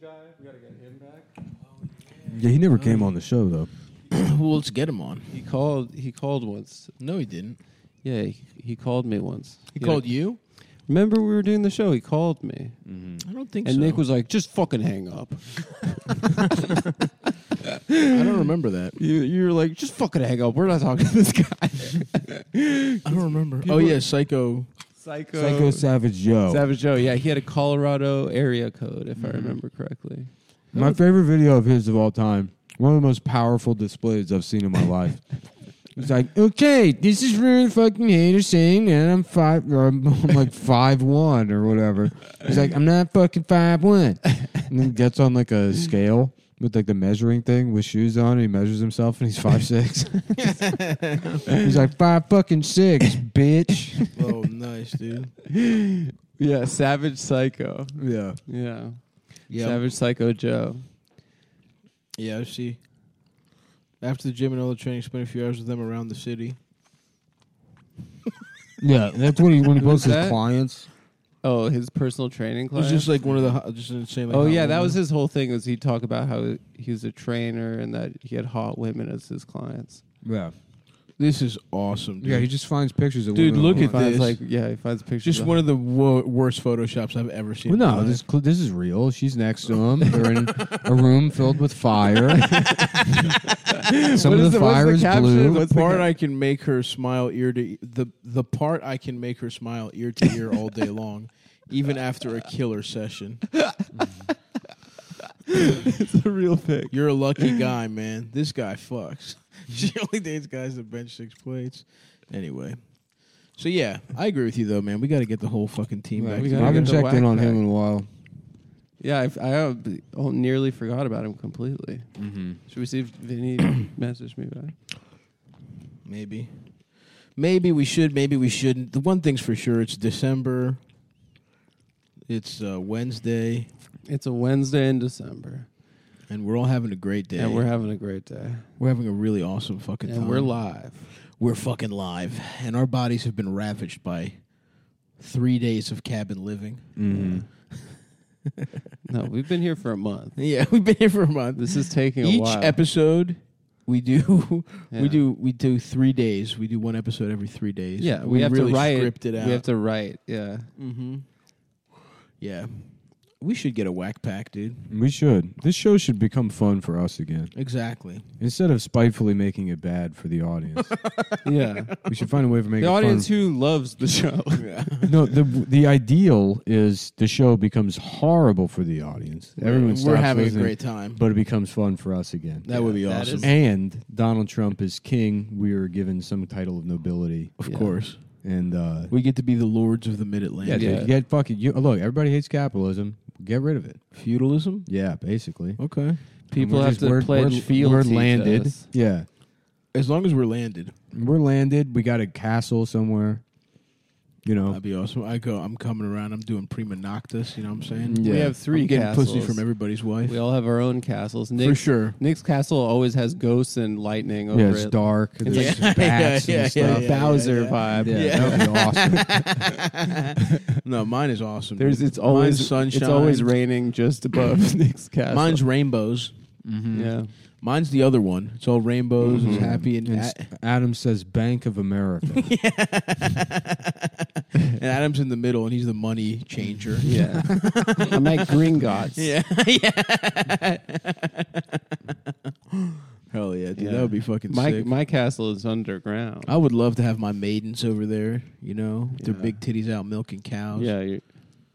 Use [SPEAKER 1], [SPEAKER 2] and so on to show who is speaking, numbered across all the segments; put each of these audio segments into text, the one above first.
[SPEAKER 1] guy. We gotta get him back.
[SPEAKER 2] Yeah, he never
[SPEAKER 1] Mm.
[SPEAKER 2] came on the show though.
[SPEAKER 3] well, let's get him on.
[SPEAKER 1] He called. He called once.
[SPEAKER 3] No, he didn't.
[SPEAKER 1] Yeah, he, he called me once.
[SPEAKER 3] He called you.
[SPEAKER 1] Remember we were doing the show. He called me,
[SPEAKER 3] I don't think
[SPEAKER 1] and
[SPEAKER 3] so.
[SPEAKER 1] Nick was like, "Just fucking hang up."
[SPEAKER 3] I don't remember that.
[SPEAKER 1] You you're like, "Just fucking hang up. We're not talking to this guy."
[SPEAKER 3] I don't remember. oh yeah, Psycho.
[SPEAKER 1] Psycho.
[SPEAKER 2] Psycho Savage Joe.
[SPEAKER 1] Savage Joe, yeah, he had a Colorado area code,
[SPEAKER 3] Mm-hmm.
[SPEAKER 1] if I remember correctly.
[SPEAKER 2] My favorite video of his of all time. One of the most powerful displays I've seen in my life. It's like, okay, this is Rune fucking hater saying, and I'm five, or I'm, I'm like five one or whatever. He's like, I'm not fucking five one. And then gets on like a scale with like the measuring thing with shoes on, and he measures himself, and he's five six. he's like five fucking six, bitch.
[SPEAKER 3] Oh, nice dude.
[SPEAKER 1] Yeah, Savage Psycho.
[SPEAKER 2] Yeah,
[SPEAKER 1] Yeah.
[SPEAKER 3] Yeah.
[SPEAKER 1] Savage Psycho Joe.
[SPEAKER 3] Yeah, I see. After the gym and all the training, spent a few hours with them around the city.
[SPEAKER 2] yeah. That's what he when he
[SPEAKER 1] Who's
[SPEAKER 2] posts his
[SPEAKER 1] that?
[SPEAKER 2] clients.
[SPEAKER 1] Oh, his personal training
[SPEAKER 3] It
[SPEAKER 1] class.
[SPEAKER 3] was just like one of the hot, just an insane. Like,
[SPEAKER 1] oh
[SPEAKER 3] hot
[SPEAKER 1] yeah, that
[SPEAKER 3] woman.
[SPEAKER 1] was his whole thing. Was he'd talk about how he was a trainer and that he had hot women as his clients.
[SPEAKER 2] Yeah,
[SPEAKER 3] This is awesome, dude.
[SPEAKER 2] yeah. He just finds pictures of
[SPEAKER 3] Dude,
[SPEAKER 2] women
[SPEAKER 3] look
[SPEAKER 2] online.
[SPEAKER 3] at
[SPEAKER 1] finds
[SPEAKER 3] this.
[SPEAKER 1] like yeah, he finds pictures.
[SPEAKER 3] just
[SPEAKER 1] of-
[SPEAKER 3] one of the wo- worst photoshops I've ever seen.
[SPEAKER 2] Well,
[SPEAKER 3] in my
[SPEAKER 2] no,
[SPEAKER 3] life.
[SPEAKER 2] this cl- this is real. She's next to him. They're in a room filled with fire. Some
[SPEAKER 1] What
[SPEAKER 2] of
[SPEAKER 1] is
[SPEAKER 2] the
[SPEAKER 1] the- what's
[SPEAKER 2] fire
[SPEAKER 1] the
[SPEAKER 2] is
[SPEAKER 1] caption?
[SPEAKER 2] blue.
[SPEAKER 1] What's
[SPEAKER 3] the
[SPEAKER 1] the
[SPEAKER 3] part
[SPEAKER 1] ca-
[SPEAKER 3] I can make her smile ear to e- the the part I can make her smile ear to ear all day long, even after a killer session.
[SPEAKER 1] It's a real pic.
[SPEAKER 3] You're a lucky guy, man. This guy fucks. she only dates guys that bench six plates. Anyway, so yeah, I agree with you though, man. We got to get the whole fucking team
[SPEAKER 1] Right,
[SPEAKER 3] back.
[SPEAKER 1] we
[SPEAKER 2] I
[SPEAKER 1] gotta
[SPEAKER 3] together.
[SPEAKER 2] haven't
[SPEAKER 1] get the
[SPEAKER 2] checked in on
[SPEAKER 1] whack
[SPEAKER 2] him
[SPEAKER 1] pack.
[SPEAKER 2] in a while.
[SPEAKER 1] Yeah, I, I uh, oh, nearly forgot about him completely.
[SPEAKER 2] Mm-hmm.
[SPEAKER 1] Should we see if Vinny messaged me back?
[SPEAKER 3] Maybe. Maybe we should, maybe we shouldn't. The one thing's for sure, it's December. It's uh, Wednesday,
[SPEAKER 1] It's a Wednesday in December,
[SPEAKER 3] and we're all having a great day.
[SPEAKER 1] and we're having a great day,
[SPEAKER 3] we're having a really awesome fucking
[SPEAKER 1] and
[SPEAKER 3] time.
[SPEAKER 1] we're live.
[SPEAKER 3] We're fucking live, and our bodies have been ravaged by three days of cabin living.
[SPEAKER 1] Mm-hmm. No, we've been here for a month.
[SPEAKER 3] Yeah, we've been here for a month.
[SPEAKER 1] This is taking a
[SPEAKER 3] Each
[SPEAKER 1] while.
[SPEAKER 3] episode, we do
[SPEAKER 1] Yeah.
[SPEAKER 3] we do we do three days. We do one episode every three days.
[SPEAKER 1] yeah, we, have
[SPEAKER 3] really
[SPEAKER 1] to write.
[SPEAKER 3] script it out.
[SPEAKER 1] We have to write. Yeah,
[SPEAKER 3] Mm-hmm. Yeah. We should get a whack pack, dude.
[SPEAKER 2] We should. This show should become fun for us again
[SPEAKER 3] Exactly.
[SPEAKER 2] instead of spitefully making it bad for the audience.
[SPEAKER 1] yeah.
[SPEAKER 2] we should find a way to make
[SPEAKER 1] the
[SPEAKER 2] it
[SPEAKER 1] audience
[SPEAKER 2] Fun.
[SPEAKER 1] who loves the show.
[SPEAKER 2] no, the the ideal is the show becomes horrible for the audience. Everyone
[SPEAKER 3] We're
[SPEAKER 2] stops
[SPEAKER 3] having
[SPEAKER 2] listening,
[SPEAKER 3] a great time.
[SPEAKER 2] but it becomes fun for us again.
[SPEAKER 3] that would be
[SPEAKER 1] that
[SPEAKER 3] awesome.
[SPEAKER 1] is-
[SPEAKER 2] and Donald Trump is king. We are given some title of nobility,
[SPEAKER 3] of
[SPEAKER 1] Yeah.
[SPEAKER 3] course.
[SPEAKER 2] and uh,
[SPEAKER 3] We get to be the lords of the mid
[SPEAKER 2] Yeah,
[SPEAKER 3] Atlantic.
[SPEAKER 2] dude,
[SPEAKER 1] Yeah.
[SPEAKER 2] you get fucking you look, everybody hates capitalism. Get rid of it.
[SPEAKER 3] Feudalism?
[SPEAKER 2] Yeah, basically.
[SPEAKER 3] Okay.
[SPEAKER 1] People
[SPEAKER 2] We're
[SPEAKER 1] have
[SPEAKER 2] just-
[SPEAKER 1] to
[SPEAKER 2] we're-
[SPEAKER 1] pledge
[SPEAKER 2] we're-
[SPEAKER 1] fealty.
[SPEAKER 2] We're
[SPEAKER 1] to
[SPEAKER 2] landed.
[SPEAKER 1] us.
[SPEAKER 2] Yeah.
[SPEAKER 3] As long as we're landed,
[SPEAKER 2] We're landed. We got a castle somewhere. You know.
[SPEAKER 1] Oh.
[SPEAKER 3] that'd be awesome. I go I'm coming around, I'm doing prima noctis, you know what I'm saying?
[SPEAKER 2] Yeah.
[SPEAKER 1] We have 3
[SPEAKER 3] I'm getting pussy
[SPEAKER 1] castles.
[SPEAKER 3] from everybody's wife.
[SPEAKER 1] We all have our own castles. Nick's,
[SPEAKER 3] for sure.
[SPEAKER 1] Nick's castle always has ghosts and lightning over
[SPEAKER 2] Yeah, it's
[SPEAKER 1] it.
[SPEAKER 2] dark. It's
[SPEAKER 3] Yeah.
[SPEAKER 2] like bats
[SPEAKER 3] Yeah, yeah,
[SPEAKER 2] and
[SPEAKER 3] yeah,
[SPEAKER 2] stuff.
[SPEAKER 3] yeah,
[SPEAKER 1] Bowser vibe.
[SPEAKER 2] Yeah, that would be awesome.
[SPEAKER 3] No, mine is awesome.
[SPEAKER 1] There's
[SPEAKER 3] dude.
[SPEAKER 1] it's always
[SPEAKER 3] Mine's sunshine.
[SPEAKER 1] It's always raining just above Nick's castle.
[SPEAKER 3] Mine's rainbows.
[SPEAKER 1] yeah.
[SPEAKER 3] Mine's the other one. It's all rainbows.
[SPEAKER 1] Mm-hmm.
[SPEAKER 3] It's happy and,
[SPEAKER 2] And
[SPEAKER 3] a-
[SPEAKER 2] s- Adam says Bank of America.
[SPEAKER 3] and Adam's in the middle, and he's the money changer.
[SPEAKER 1] Yeah. I'm at Gringotts.
[SPEAKER 3] Yeah, yeah. Hell yeah, dude. That
[SPEAKER 1] Yeah.
[SPEAKER 3] would be fucking
[SPEAKER 1] My
[SPEAKER 3] sick.
[SPEAKER 1] my castle is underground.
[SPEAKER 3] I would love to have my maidens over there. You know, with
[SPEAKER 1] Yeah.
[SPEAKER 3] their big titties out milking cows.
[SPEAKER 1] yeah. you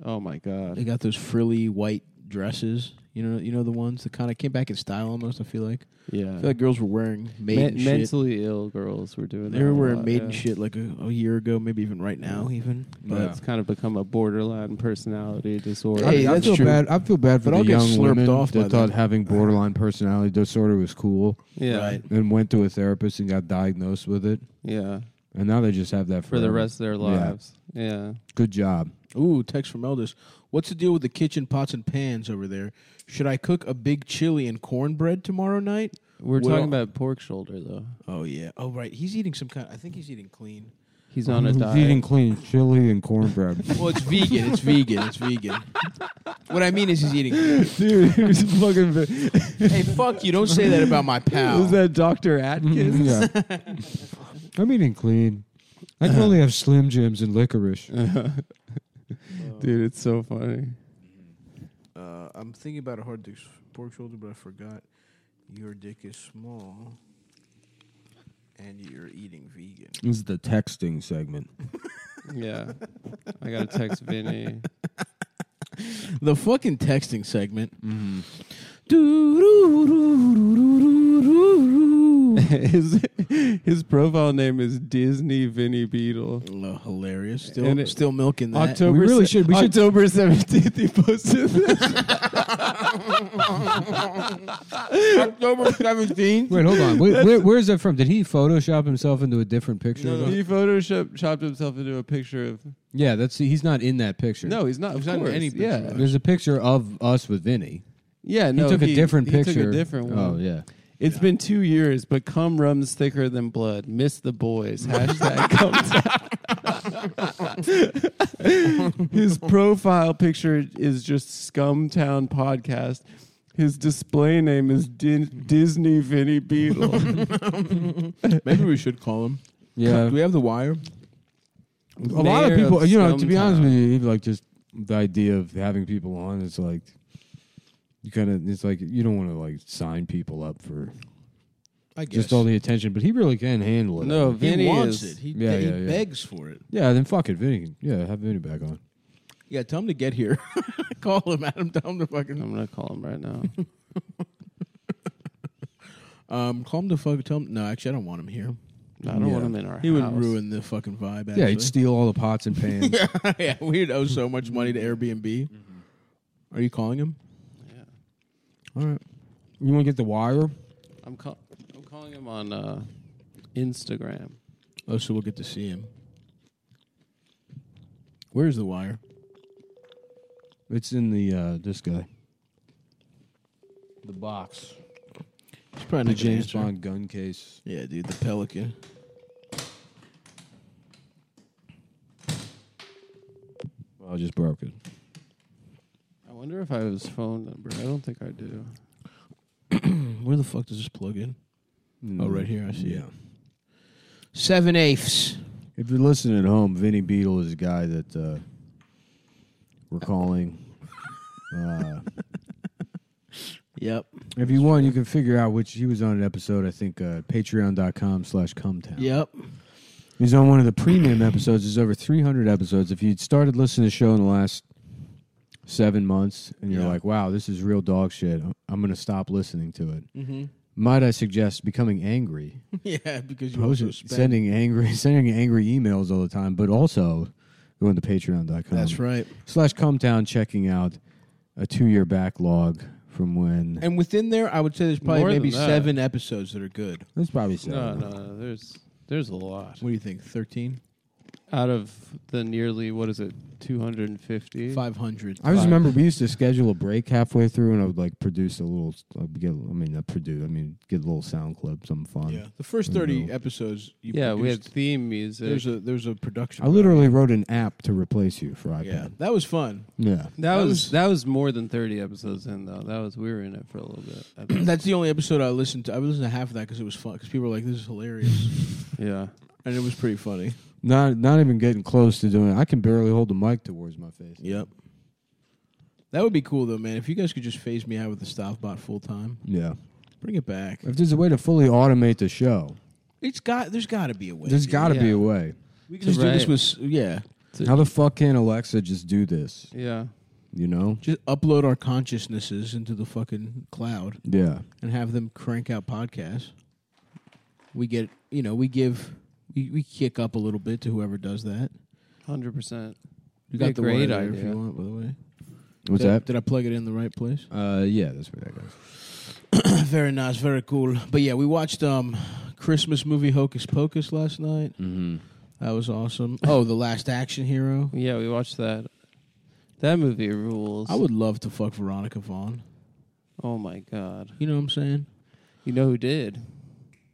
[SPEAKER 1] oh my
[SPEAKER 3] they
[SPEAKER 1] god.
[SPEAKER 3] got those frilly white dresses. You know, you know the ones that kind of came back in style almost. I feel like I
[SPEAKER 1] Yeah.
[SPEAKER 3] feel like girls were wearing maiden
[SPEAKER 1] Men-
[SPEAKER 3] shit.
[SPEAKER 1] mentally ill girls were doing that.
[SPEAKER 3] they were
[SPEAKER 1] a
[SPEAKER 3] wearing
[SPEAKER 1] lot,
[SPEAKER 3] maiden
[SPEAKER 1] yeah.
[SPEAKER 3] shit like a, a year ago, maybe even right now, even.
[SPEAKER 1] But
[SPEAKER 2] Yeah.
[SPEAKER 1] it's kind of become a borderline personality disorder.
[SPEAKER 3] Hey,
[SPEAKER 2] I, I
[SPEAKER 3] that's
[SPEAKER 2] feel
[SPEAKER 3] true.
[SPEAKER 2] bad. I feel bad for
[SPEAKER 3] But I'll
[SPEAKER 2] the
[SPEAKER 3] get
[SPEAKER 2] young
[SPEAKER 3] slurped
[SPEAKER 2] women
[SPEAKER 3] off by
[SPEAKER 2] that thought
[SPEAKER 3] them.
[SPEAKER 2] having borderline personality disorder was cool,
[SPEAKER 1] yeah.
[SPEAKER 3] Right.
[SPEAKER 2] and went to a therapist and got diagnosed with it,
[SPEAKER 1] Yeah.
[SPEAKER 2] and now they just have that
[SPEAKER 1] For the
[SPEAKER 2] forever.
[SPEAKER 1] rest of their
[SPEAKER 2] Yeah.
[SPEAKER 1] lives. Yeah.
[SPEAKER 2] Good job.
[SPEAKER 3] Ooh, text from Elders. What's the deal with the kitchen pots and pans over there? Should I cook a big chili and cornbread tomorrow night?
[SPEAKER 1] We're
[SPEAKER 3] Well-
[SPEAKER 1] talking about pork shoulder though.
[SPEAKER 3] Oh yeah. Oh right. He's eating some kind. I think he's eating clean.
[SPEAKER 1] He's on a
[SPEAKER 2] He's
[SPEAKER 1] diet.
[SPEAKER 2] eating clean chili and cornbread.
[SPEAKER 3] Well, it's vegan. It's vegan. It's vegan. What I mean is he's eating.
[SPEAKER 2] Dude, he was fucking.
[SPEAKER 3] Hey, fuck you! Don't say that about my pal.
[SPEAKER 1] that Dr. Atkins?
[SPEAKER 2] yeah. Mm, I'm eating clean. I can only have Slim Jims and licorice.
[SPEAKER 1] Dude, it's so funny.
[SPEAKER 3] Uh, I'm thinking about a hard dick s- pork shoulder, but I forgot your dick is small, and you're eating vegan.
[SPEAKER 2] This is the texting segment.
[SPEAKER 1] Yeah. I got to text Vinny.
[SPEAKER 3] The fucking texting segment.
[SPEAKER 2] Mm-hmm.
[SPEAKER 1] his, his profile name is Disney Vinny Beetle.
[SPEAKER 3] Uh, hilarious. Still,
[SPEAKER 1] And it-
[SPEAKER 3] still milking that.
[SPEAKER 1] October
[SPEAKER 2] we really
[SPEAKER 1] se-
[SPEAKER 2] should- we should-
[SPEAKER 1] October 17th he posted this.
[SPEAKER 3] October 17th.
[SPEAKER 2] Wait, hold on. Wait, where, where is that from? Did he Photoshop himself into a different picture?
[SPEAKER 3] No, no.
[SPEAKER 1] he photoshopped chopped himself into a picture of
[SPEAKER 2] Yeah, that's he's not in that picture.
[SPEAKER 1] No, he's not.
[SPEAKER 3] He's
[SPEAKER 1] of
[SPEAKER 3] not in
[SPEAKER 1] course.
[SPEAKER 3] any picture.
[SPEAKER 1] Yeah,
[SPEAKER 2] there's a picture of us with Vinny.
[SPEAKER 1] yeah.
[SPEAKER 2] He
[SPEAKER 1] No,
[SPEAKER 2] took a different
[SPEAKER 1] he
[SPEAKER 2] picture.
[SPEAKER 1] Took a different one.
[SPEAKER 2] Oh yeah.
[SPEAKER 1] It's been two years, but cum runs thicker than blood. Miss the boys. Hashtag cum. town. His profile picture is just Scumtown Podcast. His display name is Din- Disney Vinny Beetle.
[SPEAKER 3] Maybe we should call him.
[SPEAKER 2] Yeah.
[SPEAKER 3] Do we have the wire?
[SPEAKER 2] a lot of
[SPEAKER 1] Mayor
[SPEAKER 2] people, you know, to be honest with
[SPEAKER 1] Scumtown.
[SPEAKER 2] you, like just the idea of having people on, it's like you kind of, it's like you don't want to like sign people up for
[SPEAKER 3] I guess.
[SPEAKER 2] just all the attention, but he really can handle it.
[SPEAKER 1] No,
[SPEAKER 3] he
[SPEAKER 1] Vinny
[SPEAKER 3] wants
[SPEAKER 1] is.
[SPEAKER 3] it. He,
[SPEAKER 2] Yeah,
[SPEAKER 3] he
[SPEAKER 2] yeah, yeah.
[SPEAKER 3] begs for it.
[SPEAKER 2] yeah, then fuck it, Vinny. can- Yeah, have Vinny back on.
[SPEAKER 3] Yeah, tell him to get here. call him, Adam. Tell him to fucking.
[SPEAKER 1] I'm gonna call him right now.
[SPEAKER 3] Um, call him to fuck. Tell him. No, actually, I don't want him here.
[SPEAKER 1] I don't
[SPEAKER 2] Yeah.
[SPEAKER 1] want him in our
[SPEAKER 3] He would
[SPEAKER 1] house.
[SPEAKER 3] ruin the fucking vibe. Actually.
[SPEAKER 2] Yeah, he'd steal all the pots and pans.
[SPEAKER 3] yeah, we'd owe so much money to Airbnb.
[SPEAKER 2] Mm-hmm.
[SPEAKER 3] Are you calling him?
[SPEAKER 1] Yeah.
[SPEAKER 3] All right.
[SPEAKER 2] you want to get the wire?
[SPEAKER 1] I'm, call- I'm calling him on uh, Instagram.
[SPEAKER 3] Oh, so we'll get to see him. Where's the wire?
[SPEAKER 2] It's in the uh this guy, the box,
[SPEAKER 3] It's probably
[SPEAKER 2] the
[SPEAKER 3] not gonna
[SPEAKER 2] James
[SPEAKER 3] answer.
[SPEAKER 2] Bond gun case.
[SPEAKER 3] Yeah, dude, the Pelican.
[SPEAKER 2] Well, I just broke it.
[SPEAKER 1] I wonder if I have his phone number. I don't think I do.
[SPEAKER 3] Where the fuck does this plug in? Oh, right here. I see.
[SPEAKER 2] Yeah.
[SPEAKER 3] it. Seven eighths.
[SPEAKER 2] If you're listening at home, Vinny Beetle is a guy that uh, we're calling. Uh,
[SPEAKER 3] Yep.
[SPEAKER 2] if you want, you can figure out which he was on an episode. I think uh, patreon.com slash cumtown.
[SPEAKER 3] Yep.
[SPEAKER 2] He's on one of the premium episodes. There's over 300 episodes. If you'd started listening to the show in the last seven months and you're
[SPEAKER 3] Yeah.
[SPEAKER 2] like, wow, this is real dog shit, I'm going to stop listening to it.
[SPEAKER 3] Mm-hmm.
[SPEAKER 2] Might I suggest becoming angry?
[SPEAKER 3] Yeah, because you
[SPEAKER 2] Post-
[SPEAKER 3] also spend.
[SPEAKER 2] sending angry sending angry emails all the time, but also going to patreon.com.
[SPEAKER 3] That's right.
[SPEAKER 2] slash come down checking out a two year backlog from when
[SPEAKER 3] And within there, I would say there's probably
[SPEAKER 1] More
[SPEAKER 3] maybe
[SPEAKER 1] than that.
[SPEAKER 3] seven episodes that are good.
[SPEAKER 2] that's probably seven.
[SPEAKER 1] No, no, no. There's there's a lot.
[SPEAKER 3] What do you think? 13?
[SPEAKER 1] Out of the nearly what is it, two hundred and fifty?
[SPEAKER 3] 500.
[SPEAKER 2] I just remember we used to schedule a break halfway through, and I would like produce a little. I'd get, I mean, not produce. I mean, get a little sound clip, something fun.
[SPEAKER 3] Yeah. The first
[SPEAKER 2] I
[SPEAKER 3] 30
[SPEAKER 2] don't know.
[SPEAKER 3] episodes you
[SPEAKER 1] Yeah, we had
[SPEAKER 3] produced,
[SPEAKER 1] theme music.
[SPEAKER 3] there's a there's a production.
[SPEAKER 2] I literally wrote an app to replace you for
[SPEAKER 3] value. Yeah.
[SPEAKER 2] iPad.
[SPEAKER 3] That was fun.
[SPEAKER 2] Yeah,
[SPEAKER 1] that,
[SPEAKER 3] that
[SPEAKER 1] was,
[SPEAKER 3] was-
[SPEAKER 1] that was more than thirty episodes in though. That was we were in it for a little bit. I think.
[SPEAKER 3] That's the only episode I listened to. I listened to half of that cuz it was fun cuz people were like this is hilarious
[SPEAKER 1] yeah.
[SPEAKER 3] and it was pretty funny.
[SPEAKER 2] not not even getting close to doing. it. I can barely hold the mic towards my face.
[SPEAKER 3] Yep. That would be cool though, man. If you guys could just phase me out with the staff bot full time.
[SPEAKER 2] Yeah,
[SPEAKER 3] Bring it back.
[SPEAKER 2] if there's a way to fully automate the show,
[SPEAKER 3] It's got there's got to be a way.
[SPEAKER 2] there's
[SPEAKER 3] dude.
[SPEAKER 2] got to be
[SPEAKER 1] Yeah.
[SPEAKER 2] a way.
[SPEAKER 3] we could just do this
[SPEAKER 1] Right.
[SPEAKER 3] with s- yeah.
[SPEAKER 2] How the fuck can Alexa just do this?
[SPEAKER 1] Yeah.
[SPEAKER 2] You know?
[SPEAKER 3] Just upload our consciousnesses into the fucking cloud.
[SPEAKER 2] Yeah.
[SPEAKER 3] and have them crank out podcasts. We get, you know, we give, we, we kick up a little bit to whoever does that.
[SPEAKER 1] Hundred percent.
[SPEAKER 3] You
[SPEAKER 1] Be a
[SPEAKER 3] got the
[SPEAKER 1] great
[SPEAKER 3] wire there if
[SPEAKER 1] idea.
[SPEAKER 3] you want, by the way.
[SPEAKER 2] What's
[SPEAKER 3] did,
[SPEAKER 2] that?
[SPEAKER 3] Did I plug it in the right place?
[SPEAKER 2] Uh, yeah, that's where that goes.
[SPEAKER 3] very nice, very cool. But yeah, we watched um Christmas movie Hocus Pocus last night.
[SPEAKER 2] Mm-hmm.
[SPEAKER 3] That was awesome. Oh, The Last Action Hero.
[SPEAKER 1] Yeah, we watched that. That movie rules.
[SPEAKER 3] I would love to fuck Veronica Vaughn.
[SPEAKER 1] oh my god.
[SPEAKER 3] You know what I'm saying?
[SPEAKER 1] You know who did?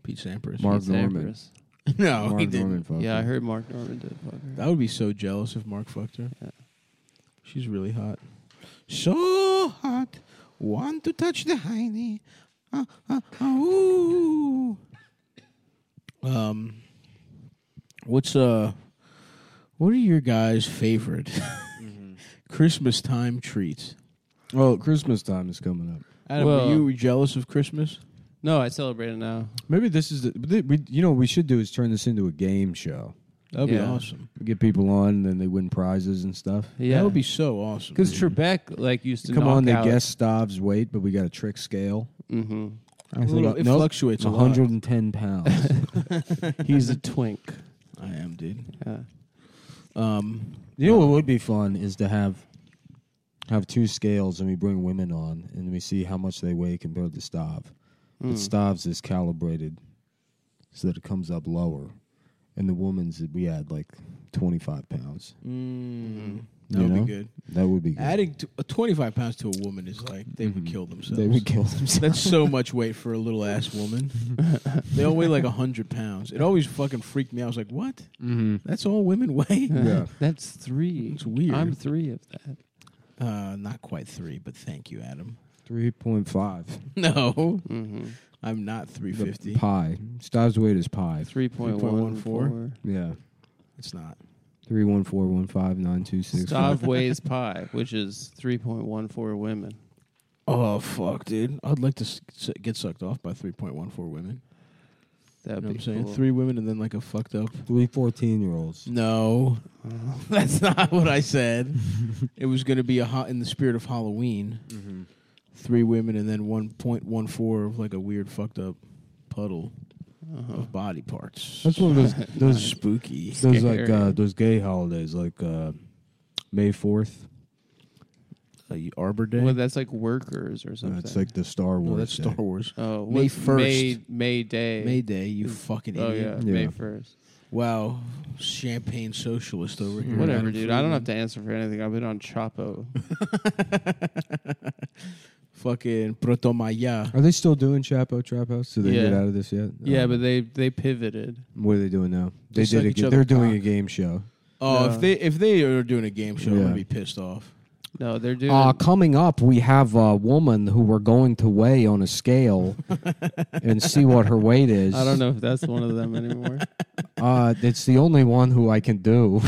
[SPEAKER 3] Pete Sampras.
[SPEAKER 2] Mark
[SPEAKER 1] Pete
[SPEAKER 2] Norman.
[SPEAKER 1] Sampras.
[SPEAKER 3] No, he
[SPEAKER 2] Mark
[SPEAKER 3] didn't.
[SPEAKER 2] Norman fucked
[SPEAKER 1] Yeah,
[SPEAKER 2] her.
[SPEAKER 1] I heard Mark Norman did fuck her.
[SPEAKER 3] I would be so jealous if Mark fucked her.
[SPEAKER 1] Yeah.
[SPEAKER 3] She's really hot. So hot. Want to touch the hiney. Ah, ah, ah, ooh. Um, what's uh, what are your guys' favorite Christmas time treats?
[SPEAKER 2] Well, Christmas time is coming up.
[SPEAKER 3] Adam,
[SPEAKER 1] Well-
[SPEAKER 3] were you jealous of Christmas?
[SPEAKER 1] No, I celebrate it now.
[SPEAKER 2] Maybe this is the, but th- we, you know what we should do is turn this into a game show.
[SPEAKER 3] That'd be
[SPEAKER 1] Yeah.
[SPEAKER 3] awesome.
[SPEAKER 2] We get people on, and then they win prizes and stuff.
[SPEAKER 1] Yeah,
[SPEAKER 3] That would be so awesome.
[SPEAKER 1] because Trebek like used to
[SPEAKER 2] Come on, they
[SPEAKER 1] knock out-
[SPEAKER 2] guess Stav's weight, but we got a trick scale.
[SPEAKER 1] Mhm.
[SPEAKER 2] I
[SPEAKER 3] Well, it fluctuates a lot.
[SPEAKER 2] 110 pounds.
[SPEAKER 1] He's a twink.
[SPEAKER 3] I am, dude.
[SPEAKER 1] Yeah.
[SPEAKER 3] Um,
[SPEAKER 2] you know what would be fun is to have have two scales, and we bring women on, and we see how much they weigh compared to Stav.
[SPEAKER 3] Hmm.
[SPEAKER 2] But
[SPEAKER 1] Mm.
[SPEAKER 2] Stav's is calibrated so that it comes up lower, and the woman's we add like 25 pounds.
[SPEAKER 1] Mm-hmm.
[SPEAKER 3] mm,
[SPEAKER 2] You
[SPEAKER 3] that would
[SPEAKER 2] know?
[SPEAKER 3] be good.
[SPEAKER 2] That would be good.
[SPEAKER 3] Adding to, uh, 25 pounds to a woman is like they would kill themselves.
[SPEAKER 2] they would kill themselves.
[SPEAKER 3] That's so much weight for a little ass woman. they all weigh like 100 pounds. It always fucking freaked me out. I was like, what?
[SPEAKER 2] Mm-hmm.
[SPEAKER 3] That's all women weigh?
[SPEAKER 2] Yeah.
[SPEAKER 1] That's three.
[SPEAKER 3] It's weird.
[SPEAKER 1] I'm three of that.
[SPEAKER 3] Uh, not quite three, but thank you, Adam.
[SPEAKER 2] 3.5.
[SPEAKER 3] No,
[SPEAKER 1] Mm-hmm.
[SPEAKER 3] I'm not
[SPEAKER 2] The
[SPEAKER 3] 350.
[SPEAKER 2] Pi. Stav's weight is pi.
[SPEAKER 1] Three point one four.
[SPEAKER 2] Yeah.
[SPEAKER 3] it's not.
[SPEAKER 2] Three one four one five nine two six.
[SPEAKER 1] Stav weighs pi, which is three point one four women.
[SPEAKER 3] Oh, fuck, dude. I'd like to s- s- get sucked off by 3.14 women.
[SPEAKER 1] That
[SPEAKER 3] You
[SPEAKER 1] would
[SPEAKER 3] know what
[SPEAKER 1] be
[SPEAKER 3] I'm saying?
[SPEAKER 1] cool.
[SPEAKER 3] Three women and then like a fucked up.
[SPEAKER 2] Three 14 year olds.
[SPEAKER 3] No, that's not what I said. it was going to be a ho- in the spirit of Halloween. three women and then 1.14 of like a weird fucked up puddle
[SPEAKER 1] Uh-huh.
[SPEAKER 3] of body parts.
[SPEAKER 2] That's one of those
[SPEAKER 3] Those
[SPEAKER 2] those
[SPEAKER 3] spooky.
[SPEAKER 2] those like
[SPEAKER 1] Scary.
[SPEAKER 2] uh, those gay holidays like uh, May fourth.
[SPEAKER 3] Uh, Arbor Day.
[SPEAKER 1] Well, that's like workers or something.
[SPEAKER 2] It's like the Star Wars.
[SPEAKER 3] no, that's Star
[SPEAKER 2] Day.
[SPEAKER 3] Wars.
[SPEAKER 1] oh,
[SPEAKER 3] May
[SPEAKER 1] what's
[SPEAKER 3] 1st.
[SPEAKER 1] May May Day.
[SPEAKER 3] May Day, you fucking
[SPEAKER 1] oh
[SPEAKER 3] idiot.
[SPEAKER 1] yeah,
[SPEAKER 2] Yeah.
[SPEAKER 1] May first.
[SPEAKER 3] Wow, champagne socialist over here.
[SPEAKER 1] Whatever,
[SPEAKER 3] Adam
[SPEAKER 1] dude. I don't have
[SPEAKER 3] Friedman.
[SPEAKER 1] to answer for anything. I've been on Chapo.
[SPEAKER 3] Fucking Protomaya.
[SPEAKER 2] Are they still doing Chapo Trap House? Did they
[SPEAKER 1] Yeah.
[SPEAKER 2] get out of this yet?
[SPEAKER 1] yeah,
[SPEAKER 2] Um,
[SPEAKER 1] but they they pivoted.
[SPEAKER 2] what are they doing now? They
[SPEAKER 3] Just
[SPEAKER 2] did.
[SPEAKER 3] suck
[SPEAKER 2] A,
[SPEAKER 3] each
[SPEAKER 2] ga-
[SPEAKER 3] other
[SPEAKER 2] they're doing a
[SPEAKER 3] cock.
[SPEAKER 2] game show.
[SPEAKER 3] Oh,
[SPEAKER 1] Yeah.
[SPEAKER 3] if they if they are doing a game show, I'm
[SPEAKER 2] Yeah.
[SPEAKER 3] gonna be pissed off.
[SPEAKER 1] No, they're doing.
[SPEAKER 2] Uh, coming up, we have a woman who we're going to weigh on a scale and see what her weight is.
[SPEAKER 1] I don't know if that's one of them anymore.
[SPEAKER 2] Uh, it's the only one who I can do.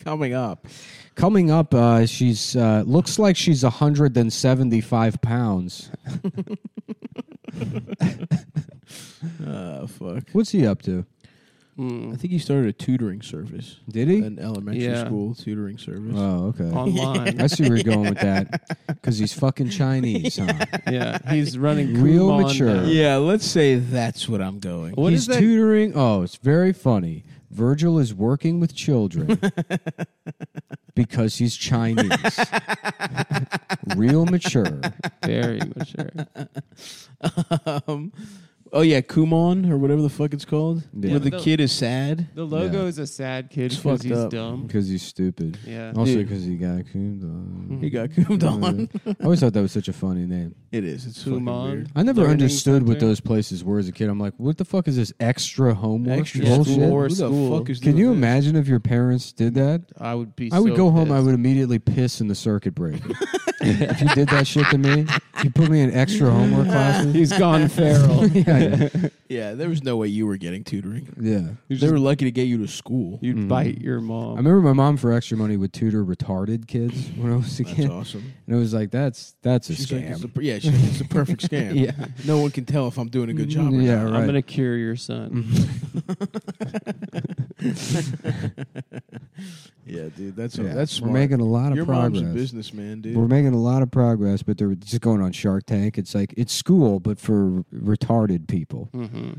[SPEAKER 3] Coming up,
[SPEAKER 2] Coming up, uh, she's uh, looks like she's 175 pounds.
[SPEAKER 3] uh, fuck.
[SPEAKER 2] What's he up to?
[SPEAKER 3] I
[SPEAKER 1] Mm.
[SPEAKER 3] think he started a tutoring service,
[SPEAKER 2] Did he?
[SPEAKER 3] an elementary
[SPEAKER 1] Yeah.
[SPEAKER 3] school tutoring service.
[SPEAKER 2] Oh, okay.
[SPEAKER 1] Hmm. Online,
[SPEAKER 2] I see where you're going with that because he's fucking Chinese, huh?
[SPEAKER 1] yeah, he's running
[SPEAKER 2] Real
[SPEAKER 1] Kumon
[SPEAKER 2] mature.
[SPEAKER 1] now.
[SPEAKER 3] Yeah, let's say that's what I'm going.
[SPEAKER 1] What
[SPEAKER 2] he's
[SPEAKER 1] is that?
[SPEAKER 2] tutoring. Oh, it's very funny. Virgil is working with children because he's Chinese. Real mature.
[SPEAKER 1] Very mature.
[SPEAKER 3] Um, oh yeah, Kumon or whatever the fuck it's called,
[SPEAKER 2] Yeah.
[SPEAKER 3] where the
[SPEAKER 1] Yeah, the-
[SPEAKER 3] kid is sad.
[SPEAKER 1] The logo
[SPEAKER 2] Yeah.
[SPEAKER 1] is a sad kid
[SPEAKER 3] It's
[SPEAKER 1] because
[SPEAKER 3] fucked
[SPEAKER 1] he's
[SPEAKER 3] up. Oh,
[SPEAKER 1] dumb.
[SPEAKER 2] Because he's stupid.
[SPEAKER 1] Yeah.
[SPEAKER 2] Also
[SPEAKER 3] Dude.
[SPEAKER 2] because he got cooned on.
[SPEAKER 3] He got
[SPEAKER 2] Mm-hmm.
[SPEAKER 3] coomed on.
[SPEAKER 2] I always thought that was such a funny name.
[SPEAKER 3] It is. It's fucking
[SPEAKER 1] Kumon.
[SPEAKER 3] weird.
[SPEAKER 2] I never
[SPEAKER 1] Learning
[SPEAKER 2] understood what
[SPEAKER 1] Center.
[SPEAKER 2] those places were as a kid. I'm like, what the fuck is this extra homework
[SPEAKER 3] Extra
[SPEAKER 2] bullshit?
[SPEAKER 1] school or
[SPEAKER 3] Who the
[SPEAKER 1] school.
[SPEAKER 3] fuck is
[SPEAKER 2] Can
[SPEAKER 3] doing
[SPEAKER 2] you
[SPEAKER 3] this?
[SPEAKER 2] imagine if your parents did that?
[SPEAKER 1] I would be.
[SPEAKER 2] I would
[SPEAKER 1] so
[SPEAKER 2] go home. I
[SPEAKER 1] pissed.
[SPEAKER 2] would immediately piss in the circuit breaker. if you did that shit to me, you put me in extra homework classes.
[SPEAKER 1] He's gone feral.
[SPEAKER 2] yeah, yeah.
[SPEAKER 3] Yeah, there was no way you were getting tutoring.
[SPEAKER 2] yeah.
[SPEAKER 3] They were lucky to get you to school.
[SPEAKER 1] You'd bite your mom.
[SPEAKER 2] I remember my mom for extra money would tutor retarded kids when I was a
[SPEAKER 3] That's
[SPEAKER 2] kid,
[SPEAKER 3] awesome.
[SPEAKER 2] and it was like that's that's a
[SPEAKER 3] She's like, it's
[SPEAKER 2] scam.
[SPEAKER 3] the, per- yeah, she's like, it's the perfect scam.
[SPEAKER 2] yeah,
[SPEAKER 3] No one can tell if I'm doing a good job. Or
[SPEAKER 2] yeah,
[SPEAKER 3] not.
[SPEAKER 2] right.
[SPEAKER 1] I'm gonna cure your son.
[SPEAKER 3] Mm-hmm. yeah, dude. That's
[SPEAKER 2] Yeah.
[SPEAKER 3] that's smart.
[SPEAKER 2] We're making a lot of
[SPEAKER 3] Your
[SPEAKER 2] progress.
[SPEAKER 3] mom's a businessman, dude.
[SPEAKER 2] We're making a lot of progress, but they're just going on Shark Tank. It's like it's school, but for retarded people.
[SPEAKER 1] hmm
[SPEAKER 2] And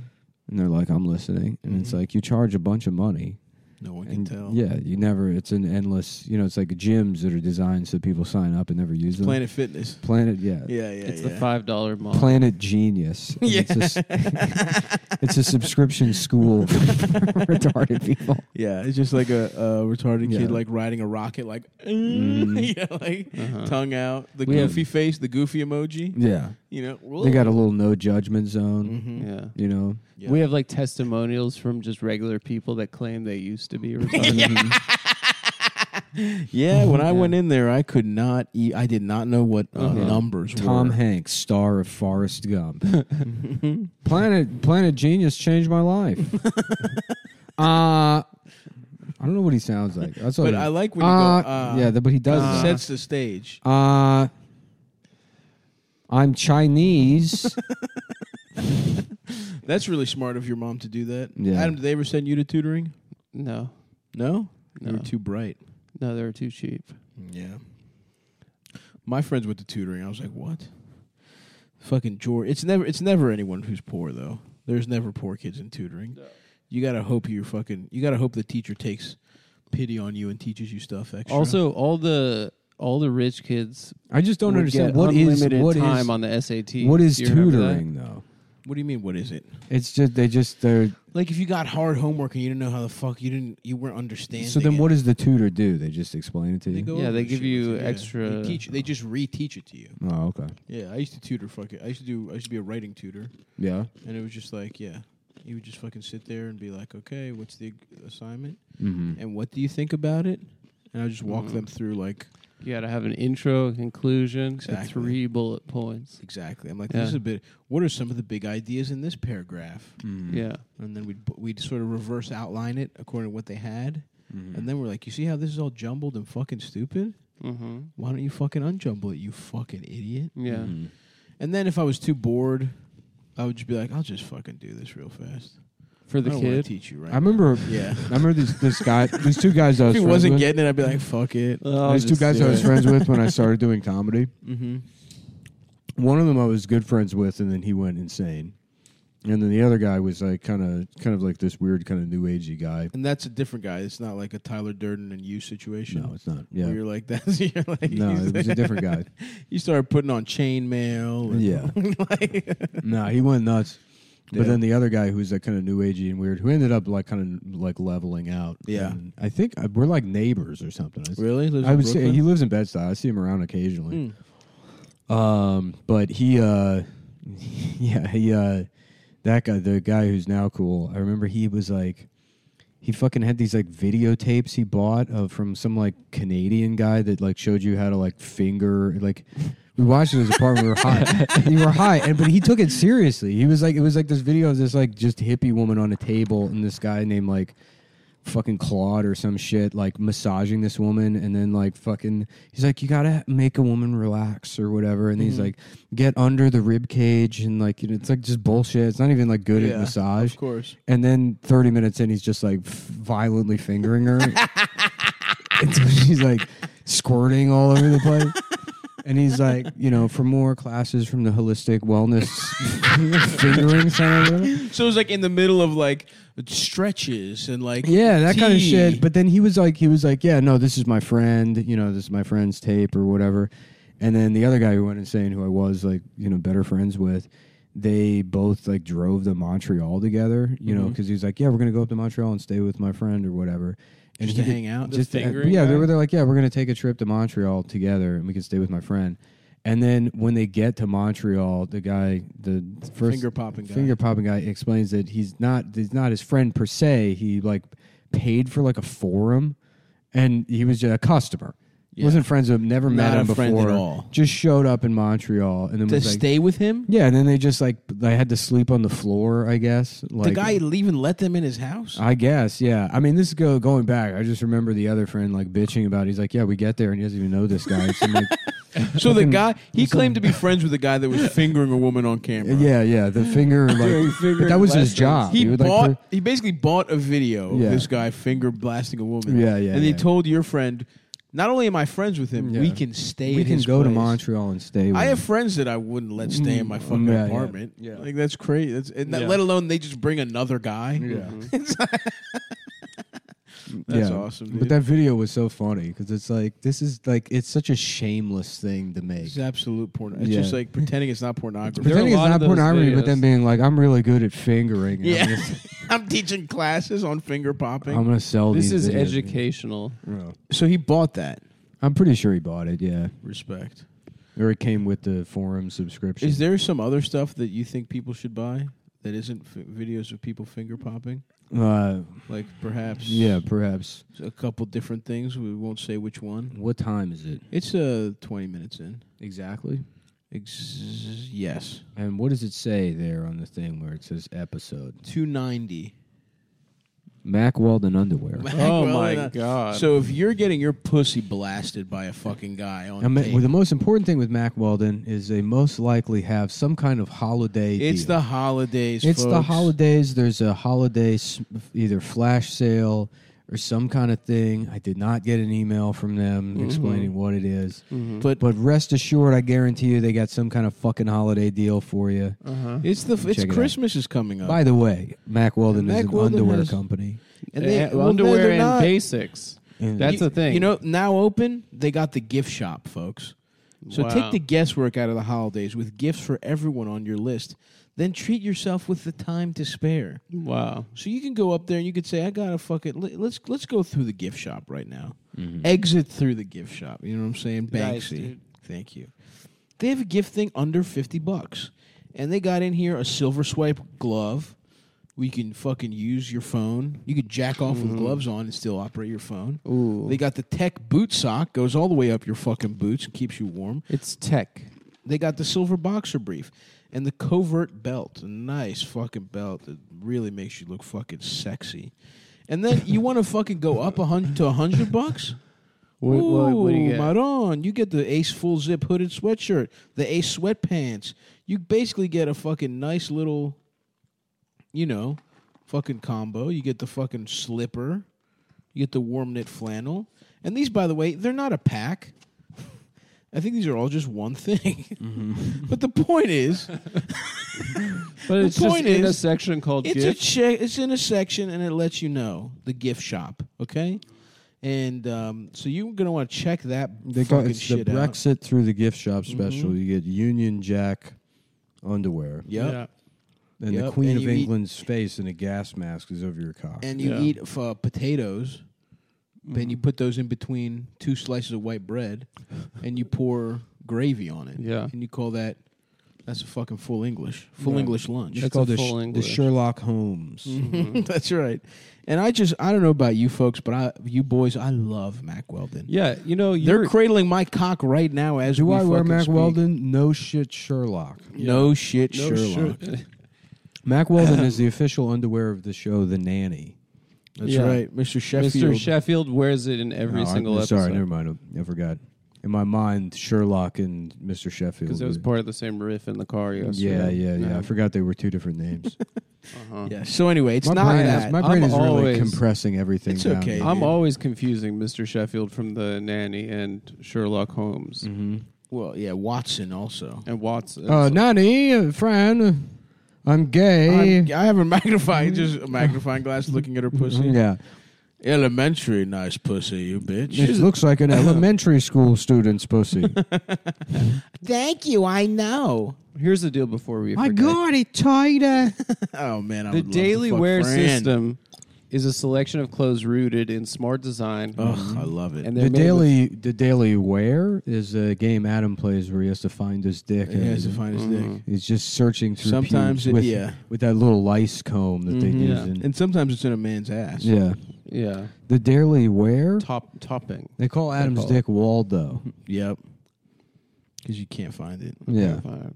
[SPEAKER 2] they're like, I'm listening. And it's
[SPEAKER 3] Mhm.
[SPEAKER 2] like, you charge a bunch of money
[SPEAKER 3] No one can
[SPEAKER 2] And
[SPEAKER 3] tell.
[SPEAKER 2] yeah, you never. It's an endless. You know, it's like gyms that are designed so people sign up and never use them.
[SPEAKER 3] Planet Fitness.
[SPEAKER 2] Planet yeah.
[SPEAKER 3] Yeah, yeah,
[SPEAKER 1] it's
[SPEAKER 3] yeah.
[SPEAKER 1] the five dollar mall.
[SPEAKER 2] Planet Genius. And It's, a, s- it's a subscription school for retarded people.
[SPEAKER 3] Yeah, it's just like a, a retarded
[SPEAKER 2] Yeah. Mm-hmm.
[SPEAKER 3] kid like riding a rocket, like yeah, like
[SPEAKER 1] Uh-huh.
[SPEAKER 3] tongue out, the
[SPEAKER 2] We have-
[SPEAKER 3] goofy face, the goofy emoji.
[SPEAKER 2] Yeah.
[SPEAKER 3] You know,
[SPEAKER 2] They got a little no judgment zone,
[SPEAKER 3] hmm
[SPEAKER 1] Yeah.
[SPEAKER 2] you know?
[SPEAKER 3] Yeah.
[SPEAKER 1] We have like testimonials from just regular people that claim they used to be retarded.
[SPEAKER 3] Yeah, when I
[SPEAKER 1] Yeah.
[SPEAKER 3] went in there, I could not eat. I did not know what uh,
[SPEAKER 1] Uh-huh.
[SPEAKER 3] numbers
[SPEAKER 2] Tom
[SPEAKER 3] were.
[SPEAKER 2] Hanks, star of Forrest Gump.
[SPEAKER 3] Mm-hmm.
[SPEAKER 2] Planet Planet Genius changed my life. uh I don't know what he sounds like. That's all
[SPEAKER 3] But
[SPEAKER 2] he-
[SPEAKER 3] I like when you
[SPEAKER 2] uh,
[SPEAKER 3] go. Uh,
[SPEAKER 2] yeah, th- but he does.
[SPEAKER 3] it
[SPEAKER 2] that.
[SPEAKER 3] sets the stage.
[SPEAKER 2] Uh, I'm Chinese.
[SPEAKER 3] That's really smart of your mom to do that.
[SPEAKER 2] Yeah.
[SPEAKER 3] Adam, did they ever send you to tutoring?
[SPEAKER 1] no,
[SPEAKER 3] No, you
[SPEAKER 1] No.
[SPEAKER 3] were too bright.
[SPEAKER 1] no, they were too cheap.
[SPEAKER 3] Yeah. My friends went to tutoring. I was like, what? Fucking George. It's never it's never anyone who's poor though. There's never poor kids in tutoring. You gotta hope you're fucking you gotta hope the teacher takes pity on you and teaches you stuff extra.
[SPEAKER 1] Also, all the all the rich kids
[SPEAKER 2] I just don't
[SPEAKER 1] would
[SPEAKER 2] understand
[SPEAKER 1] get
[SPEAKER 2] what is
[SPEAKER 1] unlimited
[SPEAKER 2] what is-
[SPEAKER 1] time on the SAT.
[SPEAKER 2] what is
[SPEAKER 1] Do you remember that?
[SPEAKER 2] tutoring though.
[SPEAKER 3] what do you mean what is it?
[SPEAKER 2] It's just they just they're
[SPEAKER 3] Like if you got hard homework and you didn't know how the fuck you didn't you weren't understanding.
[SPEAKER 2] so then
[SPEAKER 3] it,
[SPEAKER 2] what does the tutor do? They just explain it to
[SPEAKER 3] they
[SPEAKER 2] you.
[SPEAKER 3] go
[SPEAKER 1] Yeah,
[SPEAKER 3] over
[SPEAKER 1] they
[SPEAKER 3] the
[SPEAKER 1] give
[SPEAKER 3] shit
[SPEAKER 1] you
[SPEAKER 3] with Yeah.
[SPEAKER 1] extra-
[SPEAKER 3] They teach they just reteach it to you.
[SPEAKER 2] Oh, okay.
[SPEAKER 3] Yeah, I used to tutor fucking I used to do I used to be a writing tutor.
[SPEAKER 2] Yeah.
[SPEAKER 3] And it was just like, yeah. You would just fucking sit there and be like, okay, what's the assignment?
[SPEAKER 2] Mm-hmm.
[SPEAKER 3] And what do you think about it? And I would just walk
[SPEAKER 1] Mhm.
[SPEAKER 3] them through, like,
[SPEAKER 1] You got to have an intro, a conclusion,
[SPEAKER 3] Exactly.
[SPEAKER 1] and three bullet points.
[SPEAKER 3] exactly. I'm like,
[SPEAKER 1] Yeah.
[SPEAKER 3] this is a bit, what are some of the big ideas in this paragraph?
[SPEAKER 1] Yeah,
[SPEAKER 3] And then we'd, bu- we'd sort of reverse outline it according to what they had. And then we're like, you see how this is all jumbled and fucking stupid?
[SPEAKER 1] mm-hmm.
[SPEAKER 3] Why don't you fucking unjumble it, you fucking idiot?
[SPEAKER 1] yeah.
[SPEAKER 2] Mm-hmm.
[SPEAKER 3] And then if I was too bored, I would just be like, I'll just fucking do this real fast.
[SPEAKER 1] For
[SPEAKER 3] I
[SPEAKER 1] the
[SPEAKER 3] don't wanna
[SPEAKER 1] kid,
[SPEAKER 3] teach you right
[SPEAKER 2] I remember.
[SPEAKER 3] now. Yeah.
[SPEAKER 2] I remember this this guy, these two guys I
[SPEAKER 3] if
[SPEAKER 2] was
[SPEAKER 3] he
[SPEAKER 2] friends
[SPEAKER 3] wasn't
[SPEAKER 2] with.
[SPEAKER 3] getting it, I'd be like, fuck it.
[SPEAKER 1] Uh, Oh,
[SPEAKER 2] these two guys I was friends with when I started doing comedy.
[SPEAKER 3] Mm-hmm.
[SPEAKER 2] One of them I was good friends with, and then he went insane. And then the other guy was like kind of kind of like this weird kind of new agey guy.
[SPEAKER 3] And that's a different guy. It's not like a Tyler Durden and you situation.
[SPEAKER 2] No, it's not. Yeah.
[SPEAKER 3] Where you're like that's you're like
[SPEAKER 2] No,
[SPEAKER 3] he's-
[SPEAKER 2] it was a different guy.
[SPEAKER 3] you started putting on chainmail. and-
[SPEAKER 2] Yeah.
[SPEAKER 3] like,
[SPEAKER 2] No, he went nuts.
[SPEAKER 3] Yeah.
[SPEAKER 2] But then the other guy who's like kind of new agey and weird, who ended up like kind of like leveling out.
[SPEAKER 3] Yeah.
[SPEAKER 2] And I think uh, we're like neighbors or something. I-
[SPEAKER 3] really? Lives
[SPEAKER 2] I
[SPEAKER 3] in
[SPEAKER 2] would say
[SPEAKER 3] Brooklyn? Hmm.
[SPEAKER 2] he lives in Bed Stuy. I see him around occasionally. Um, but he, uh, yeah, he, uh, that guy, the guy who's now cool. I remember he was like, he fucking had these like videotapes he bought of from some like Canadian guy that like showed you how to like finger like. We watched it in his apartment. We were high. we were high, and but he took it seriously. He was like, it was like this video of this like just hippie woman on a table, and this guy named like fucking Claude or some shit, like massaging this woman, and then like fucking, he's like, you gotta make a woman relax or whatever, and he's like, get under the rib cage, and like, you know, it's like just bullshit. It's not even like good
[SPEAKER 3] Yeah,
[SPEAKER 2] at massage.
[SPEAKER 3] Of course.
[SPEAKER 2] And then thirty minutes in, he's just like f- violently fingering her. and so she's like squirting all over the place. And he's like, you know, for more classes from the holistic wellness fingering center. or whatever.
[SPEAKER 3] So it was like in the middle of like stretches and like
[SPEAKER 2] Yeah, that kind of
[SPEAKER 3] tea.
[SPEAKER 2] shit. But then he was like, he was like, yeah, no, this is my friend. You know, this is my friend's tape or whatever. And then the other guy who went insane, who I was like, you know, better friends with, they both like drove to Montreal together. You
[SPEAKER 3] Mm-hmm.
[SPEAKER 2] know, because he was like, yeah, we're gonna go up to Montreal and stay with my friend or whatever. And
[SPEAKER 3] Just
[SPEAKER 2] he
[SPEAKER 3] to
[SPEAKER 2] did-
[SPEAKER 3] hang out? The
[SPEAKER 2] Just
[SPEAKER 3] fingering
[SPEAKER 2] yeah, they
[SPEAKER 3] guy?
[SPEAKER 2] were. They're like, yeah, we're gonna take a trip to Montreal together, and we can stay with my friend. And then when they get to Montreal, the guy, the first
[SPEAKER 3] Finger popping guy.
[SPEAKER 2] finger popping guy explains that he's not he's not his friend per se. He like paid for like a forum, and he was just a customer.
[SPEAKER 3] Yeah.
[SPEAKER 2] Wasn't friends with him. Never met
[SPEAKER 3] Not a
[SPEAKER 2] him
[SPEAKER 3] friend at
[SPEAKER 2] before.
[SPEAKER 3] all.
[SPEAKER 2] Just showed up in Montreal, and then
[SPEAKER 3] to
[SPEAKER 2] was like,
[SPEAKER 3] stay with him.
[SPEAKER 2] yeah. And then they just like they had to sleep on the floor. I guess like
[SPEAKER 3] the guy even let them in his house.
[SPEAKER 2] I guess, yeah. I mean, this is go going back. I just remember the other friend like bitching about. It. He's like, "Yeah, we get there, and he doesn't even know this guy." So I'm like,
[SPEAKER 3] so the
[SPEAKER 2] fucking-
[SPEAKER 3] guy he claimed to be friends with the guy that was fingering a woman on camera.
[SPEAKER 2] yeah, yeah. The finger, like, but that was his job.
[SPEAKER 3] He
[SPEAKER 2] Uh, would, like,
[SPEAKER 3] bought.
[SPEAKER 2] per-
[SPEAKER 3] he basically bought a video
[SPEAKER 2] Yeah.
[SPEAKER 3] of this guy finger blasting a woman.
[SPEAKER 2] Yeah, yeah,
[SPEAKER 3] And he
[SPEAKER 2] yeah.
[SPEAKER 3] told your friend, "Not only am I friends with him,
[SPEAKER 2] Yeah.
[SPEAKER 3] we can stay.
[SPEAKER 2] we
[SPEAKER 3] at
[SPEAKER 2] can
[SPEAKER 3] his
[SPEAKER 2] go to
[SPEAKER 3] place."
[SPEAKER 2] Montreal and stay. With
[SPEAKER 3] I have
[SPEAKER 2] him.
[SPEAKER 3] friends that I wouldn't let stay in my fucking
[SPEAKER 2] Yeah, yeah.
[SPEAKER 3] apartment.
[SPEAKER 2] Yeah.
[SPEAKER 3] Like that's crazy. That's, and that,
[SPEAKER 1] Yeah.
[SPEAKER 3] Let alone they just bring another guy.
[SPEAKER 2] Yeah.
[SPEAKER 1] Mhm.
[SPEAKER 3] That's
[SPEAKER 2] Yeah.
[SPEAKER 3] awesome. Dude.
[SPEAKER 2] But that video was so funny because it's like this is like it's such a shameless thing to make.
[SPEAKER 3] It's absolute porn. It's
[SPEAKER 2] Yeah.
[SPEAKER 3] just like pretending it's not pornography.
[SPEAKER 1] There are
[SPEAKER 2] Pretending
[SPEAKER 1] a
[SPEAKER 2] it's
[SPEAKER 1] lot
[SPEAKER 2] not
[SPEAKER 1] of those
[SPEAKER 2] pornography, but then
[SPEAKER 1] videos.
[SPEAKER 2] being like, I'm really good at fingering. and
[SPEAKER 3] Yeah.
[SPEAKER 2] I'm, just-
[SPEAKER 3] I'm teaching classes on finger popping.
[SPEAKER 2] I'm gonna sell
[SPEAKER 1] This
[SPEAKER 2] these
[SPEAKER 1] is
[SPEAKER 2] videos."
[SPEAKER 1] educational.
[SPEAKER 2] Oh.
[SPEAKER 3] so he bought that.
[SPEAKER 2] I'm pretty sure he bought it. Yeah,
[SPEAKER 3] Respect.
[SPEAKER 2] or it came with the forum subscription.
[SPEAKER 3] Is there some other stuff that you think people should buy that isn't f- videos of people finger popping?
[SPEAKER 2] uh,
[SPEAKER 3] Like perhaps
[SPEAKER 2] yeah, perhaps.
[SPEAKER 3] a couple different things. We won't say which one.
[SPEAKER 2] What time is it
[SPEAKER 3] It's uh 20 minutes in.
[SPEAKER 2] exactly?
[SPEAKER 3] Ex- yes,
[SPEAKER 2] And what does it say there on the thing where it says episode?
[SPEAKER 3] 290.
[SPEAKER 2] Mac Weldon underwear.
[SPEAKER 1] Oh
[SPEAKER 3] Well,
[SPEAKER 1] my
[SPEAKER 3] uh,
[SPEAKER 1] god!
[SPEAKER 3] So if you're getting your pussy blasted by a fucking guy on
[SPEAKER 2] I mean,
[SPEAKER 3] tape,
[SPEAKER 2] well, the most important thing with Mac Weldon is they most likely have some kind of holiday.
[SPEAKER 3] it's
[SPEAKER 2] deal.
[SPEAKER 3] the holidays.
[SPEAKER 2] it's the
[SPEAKER 3] folks.
[SPEAKER 2] holidays. There's a holiday s- either flash sale or some kind of thing. I did not get an email from them explaining what it is.
[SPEAKER 1] Mm-hmm.
[SPEAKER 3] But
[SPEAKER 2] But rest assured, I guarantee you they got some kind of fucking holiday deal for you.
[SPEAKER 1] uh-huh.
[SPEAKER 3] it's the it's
[SPEAKER 2] it out.
[SPEAKER 3] Christmas is coming up.
[SPEAKER 2] By the way, Mac Weldon
[SPEAKER 3] Mac
[SPEAKER 2] is an
[SPEAKER 3] Weldon
[SPEAKER 2] underwear
[SPEAKER 3] has-
[SPEAKER 2] company.
[SPEAKER 3] and they,
[SPEAKER 1] Uh,
[SPEAKER 3] well, no,
[SPEAKER 1] underwear
[SPEAKER 3] they're
[SPEAKER 1] and
[SPEAKER 3] not.
[SPEAKER 1] basics.
[SPEAKER 2] And
[SPEAKER 1] That's
[SPEAKER 3] You-
[SPEAKER 1] the thing.
[SPEAKER 3] You know, now open, they got the gift shop, folks. So
[SPEAKER 1] Wow.
[SPEAKER 3] take the guesswork out of the holidays with gifts for everyone on your list. Then treat yourself with the time to spare.
[SPEAKER 1] Wow.
[SPEAKER 3] So you can go up there and you could say, "I gotta fuck it. Let- Let's let's go through the gift shop right now.
[SPEAKER 2] Mm-hmm.
[SPEAKER 3] Exit through the gift shop. You know what I'm saying?
[SPEAKER 1] Nice,
[SPEAKER 3] Banksy.
[SPEAKER 1] dude.
[SPEAKER 3] Thank you. They have a gift thing under fifty bucks, and they got in here a silver swipe glove. We can fucking use your phone. You could jack off
[SPEAKER 1] Mm-hmm.
[SPEAKER 3] with gloves on and still operate your phone.
[SPEAKER 1] Ooh.
[SPEAKER 3] They got the tech boot sock, goes all the way up your fucking boots and keeps you warm.
[SPEAKER 1] It's tech.
[SPEAKER 3] They got the silver boxer brief and the covert belt, a nice fucking belt that really makes you look fucking sexy. And then you want to fucking go up a hundred to a hundred bucks?
[SPEAKER 1] What, what, what do you
[SPEAKER 3] Ooh,
[SPEAKER 1] get?
[SPEAKER 3] Maron, you get the Ace full zip hooded sweatshirt, the Ace sweatpants. You basically get a fucking nice little, you know, fucking combo. You get the fucking slipper. You get the warm knit flannel. And these, by the way, they're not a pack. I think these are all just one thing.
[SPEAKER 1] Mm-hmm.
[SPEAKER 3] but the point is,
[SPEAKER 1] but it's just
[SPEAKER 3] point
[SPEAKER 1] in a
[SPEAKER 3] is,
[SPEAKER 1] section called
[SPEAKER 3] it's
[SPEAKER 1] gift.
[SPEAKER 3] a check. It's in a section, and it lets you know the gift shop. Okay, and um, so you're gonna want to check that
[SPEAKER 2] They got
[SPEAKER 3] fucking
[SPEAKER 2] it's the
[SPEAKER 3] shit out. Mm-hmm.
[SPEAKER 2] Brexit through the gift shop special. You get Union Jack underwear,
[SPEAKER 3] Yep.
[SPEAKER 1] Yeah.
[SPEAKER 2] and the
[SPEAKER 3] Yep,
[SPEAKER 2] Queen
[SPEAKER 3] and
[SPEAKER 2] of
[SPEAKER 3] you eat-
[SPEAKER 2] England's face in a gas mask is over your cock.
[SPEAKER 3] and you
[SPEAKER 1] Yeah.
[SPEAKER 3] eat f- uh, potatoes, then
[SPEAKER 1] Mm-hmm.
[SPEAKER 2] Mm-hmm.
[SPEAKER 3] you put those in between two slices of white bread, and you pour gravy on it.
[SPEAKER 1] Yeah.
[SPEAKER 3] and you call that that's a fucking full English, full
[SPEAKER 1] Yeah.
[SPEAKER 3] English lunch.
[SPEAKER 2] It's
[SPEAKER 1] That's
[SPEAKER 2] called
[SPEAKER 1] a
[SPEAKER 2] the,
[SPEAKER 1] full
[SPEAKER 2] the
[SPEAKER 1] English. Mm-hmm.
[SPEAKER 2] Sherlock Holmes.
[SPEAKER 3] that's right. And I just I don't know about you folks, but I you boys I love Mac Weldon.
[SPEAKER 1] Yeah. You know,
[SPEAKER 3] They're
[SPEAKER 1] you're,
[SPEAKER 3] cradling my cock right now as
[SPEAKER 2] Do
[SPEAKER 3] we
[SPEAKER 2] I wear
[SPEAKER 3] fucking
[SPEAKER 2] Mac
[SPEAKER 3] speak.
[SPEAKER 2] Weldon? No shit, Sherlock.
[SPEAKER 3] No shit,
[SPEAKER 1] no
[SPEAKER 3] Sherlock.
[SPEAKER 1] shirt.
[SPEAKER 2] Mac Weldon is the official underwear of the show, The Nanny.
[SPEAKER 3] That's
[SPEAKER 1] Yeah.
[SPEAKER 3] right, Mr. Sheffield.
[SPEAKER 1] Mr. Sheffield wears it in every
[SPEAKER 2] Oh, I-
[SPEAKER 1] single episode.
[SPEAKER 2] Sorry, never mind. I forgot. In my mind, Sherlock and Mr. Sheffield.
[SPEAKER 1] Because it was
[SPEAKER 2] were-
[SPEAKER 1] part of the same riff in the car
[SPEAKER 2] yeah,
[SPEAKER 1] yesterday.
[SPEAKER 2] yeah, yeah, I forgot they were two different names.
[SPEAKER 1] Uh-huh.
[SPEAKER 3] yeah. So anyway, it's
[SPEAKER 2] my
[SPEAKER 3] not
[SPEAKER 2] brain
[SPEAKER 3] that.
[SPEAKER 2] is, my brain
[SPEAKER 1] I'm
[SPEAKER 2] is really
[SPEAKER 1] always-
[SPEAKER 2] compressing everything.
[SPEAKER 3] It's
[SPEAKER 2] down.
[SPEAKER 3] okay.
[SPEAKER 1] I'm
[SPEAKER 3] dude.
[SPEAKER 1] always confusing Mr. Sheffield from The Nanny and Sherlock Holmes
[SPEAKER 3] well, yeah, Watson also.
[SPEAKER 1] and Watson.
[SPEAKER 2] Mm-hmm. Uh, nanny, uh, friend, uh, I'm gay.
[SPEAKER 3] I'm- I have a magnifying, just a magnifying glass looking at her pussy.
[SPEAKER 2] Mm, Mm-hmm. yeah,
[SPEAKER 3] Elementary, nice pussy, you bitch.
[SPEAKER 2] it looks like an elementary school student's pussy.
[SPEAKER 3] Thank you, I know.
[SPEAKER 1] Here's the deal before we forget.
[SPEAKER 2] it tighter.
[SPEAKER 3] Oh man, I
[SPEAKER 1] The
[SPEAKER 3] would love
[SPEAKER 1] Daily
[SPEAKER 3] to fuck
[SPEAKER 1] Wear
[SPEAKER 3] Fran.
[SPEAKER 1] system is a selection of clothes rooted in smart design.
[SPEAKER 2] Oh.
[SPEAKER 3] Ugh, I love it.
[SPEAKER 1] And they're made
[SPEAKER 2] The
[SPEAKER 1] with-
[SPEAKER 2] daily, the daily wear is a game Adam plays where he has to find his dick.
[SPEAKER 3] he has to find his dick,
[SPEAKER 2] He's just searching through
[SPEAKER 3] Sometimes
[SPEAKER 2] pubes
[SPEAKER 3] it-
[SPEAKER 2] with,
[SPEAKER 3] yeah.
[SPEAKER 2] with that little lice comb that they
[SPEAKER 1] Mhm.
[SPEAKER 2] use.
[SPEAKER 1] Yeah.
[SPEAKER 2] In,
[SPEAKER 3] and sometimes it's in a man's ass.
[SPEAKER 2] yeah,
[SPEAKER 1] yeah,
[SPEAKER 2] the daily wear.
[SPEAKER 1] top topping.
[SPEAKER 2] They call Adam's
[SPEAKER 1] call it.
[SPEAKER 2] dick Waldo.
[SPEAKER 3] Yep. Because you can't find it.
[SPEAKER 2] Yeah,
[SPEAKER 1] Fine.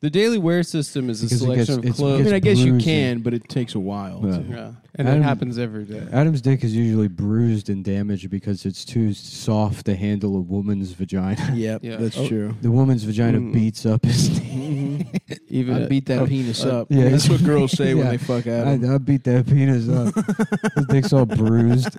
[SPEAKER 1] The daily wear system is a
[SPEAKER 2] Because it
[SPEAKER 1] selection
[SPEAKER 2] gets-
[SPEAKER 1] of
[SPEAKER 2] it's-
[SPEAKER 3] I
[SPEAKER 2] It's
[SPEAKER 1] clothes.
[SPEAKER 3] mean, I guess you
[SPEAKER 2] bruising.
[SPEAKER 3] can, but it takes a while.
[SPEAKER 2] Yeah.
[SPEAKER 3] to-
[SPEAKER 1] yeah, and
[SPEAKER 2] Adam-
[SPEAKER 1] it happens every day.
[SPEAKER 2] Adam's dick is usually bruised and damaged because it's too soft to handle a woman's vagina.
[SPEAKER 3] Yep,
[SPEAKER 1] Yeah.
[SPEAKER 3] that's
[SPEAKER 1] Oh.
[SPEAKER 3] true.
[SPEAKER 2] The woman's vagina
[SPEAKER 1] Mm.
[SPEAKER 2] beats up his dick.
[SPEAKER 1] Even
[SPEAKER 3] I
[SPEAKER 1] at-
[SPEAKER 3] beat that
[SPEAKER 1] uh,
[SPEAKER 3] penis
[SPEAKER 1] uh,
[SPEAKER 3] up.
[SPEAKER 2] yeah.
[SPEAKER 3] That's what girls say when
[SPEAKER 2] Yeah.
[SPEAKER 3] they fuck
[SPEAKER 2] I,
[SPEAKER 3] Adam.
[SPEAKER 2] I beat that penis up. his dick's all bruised.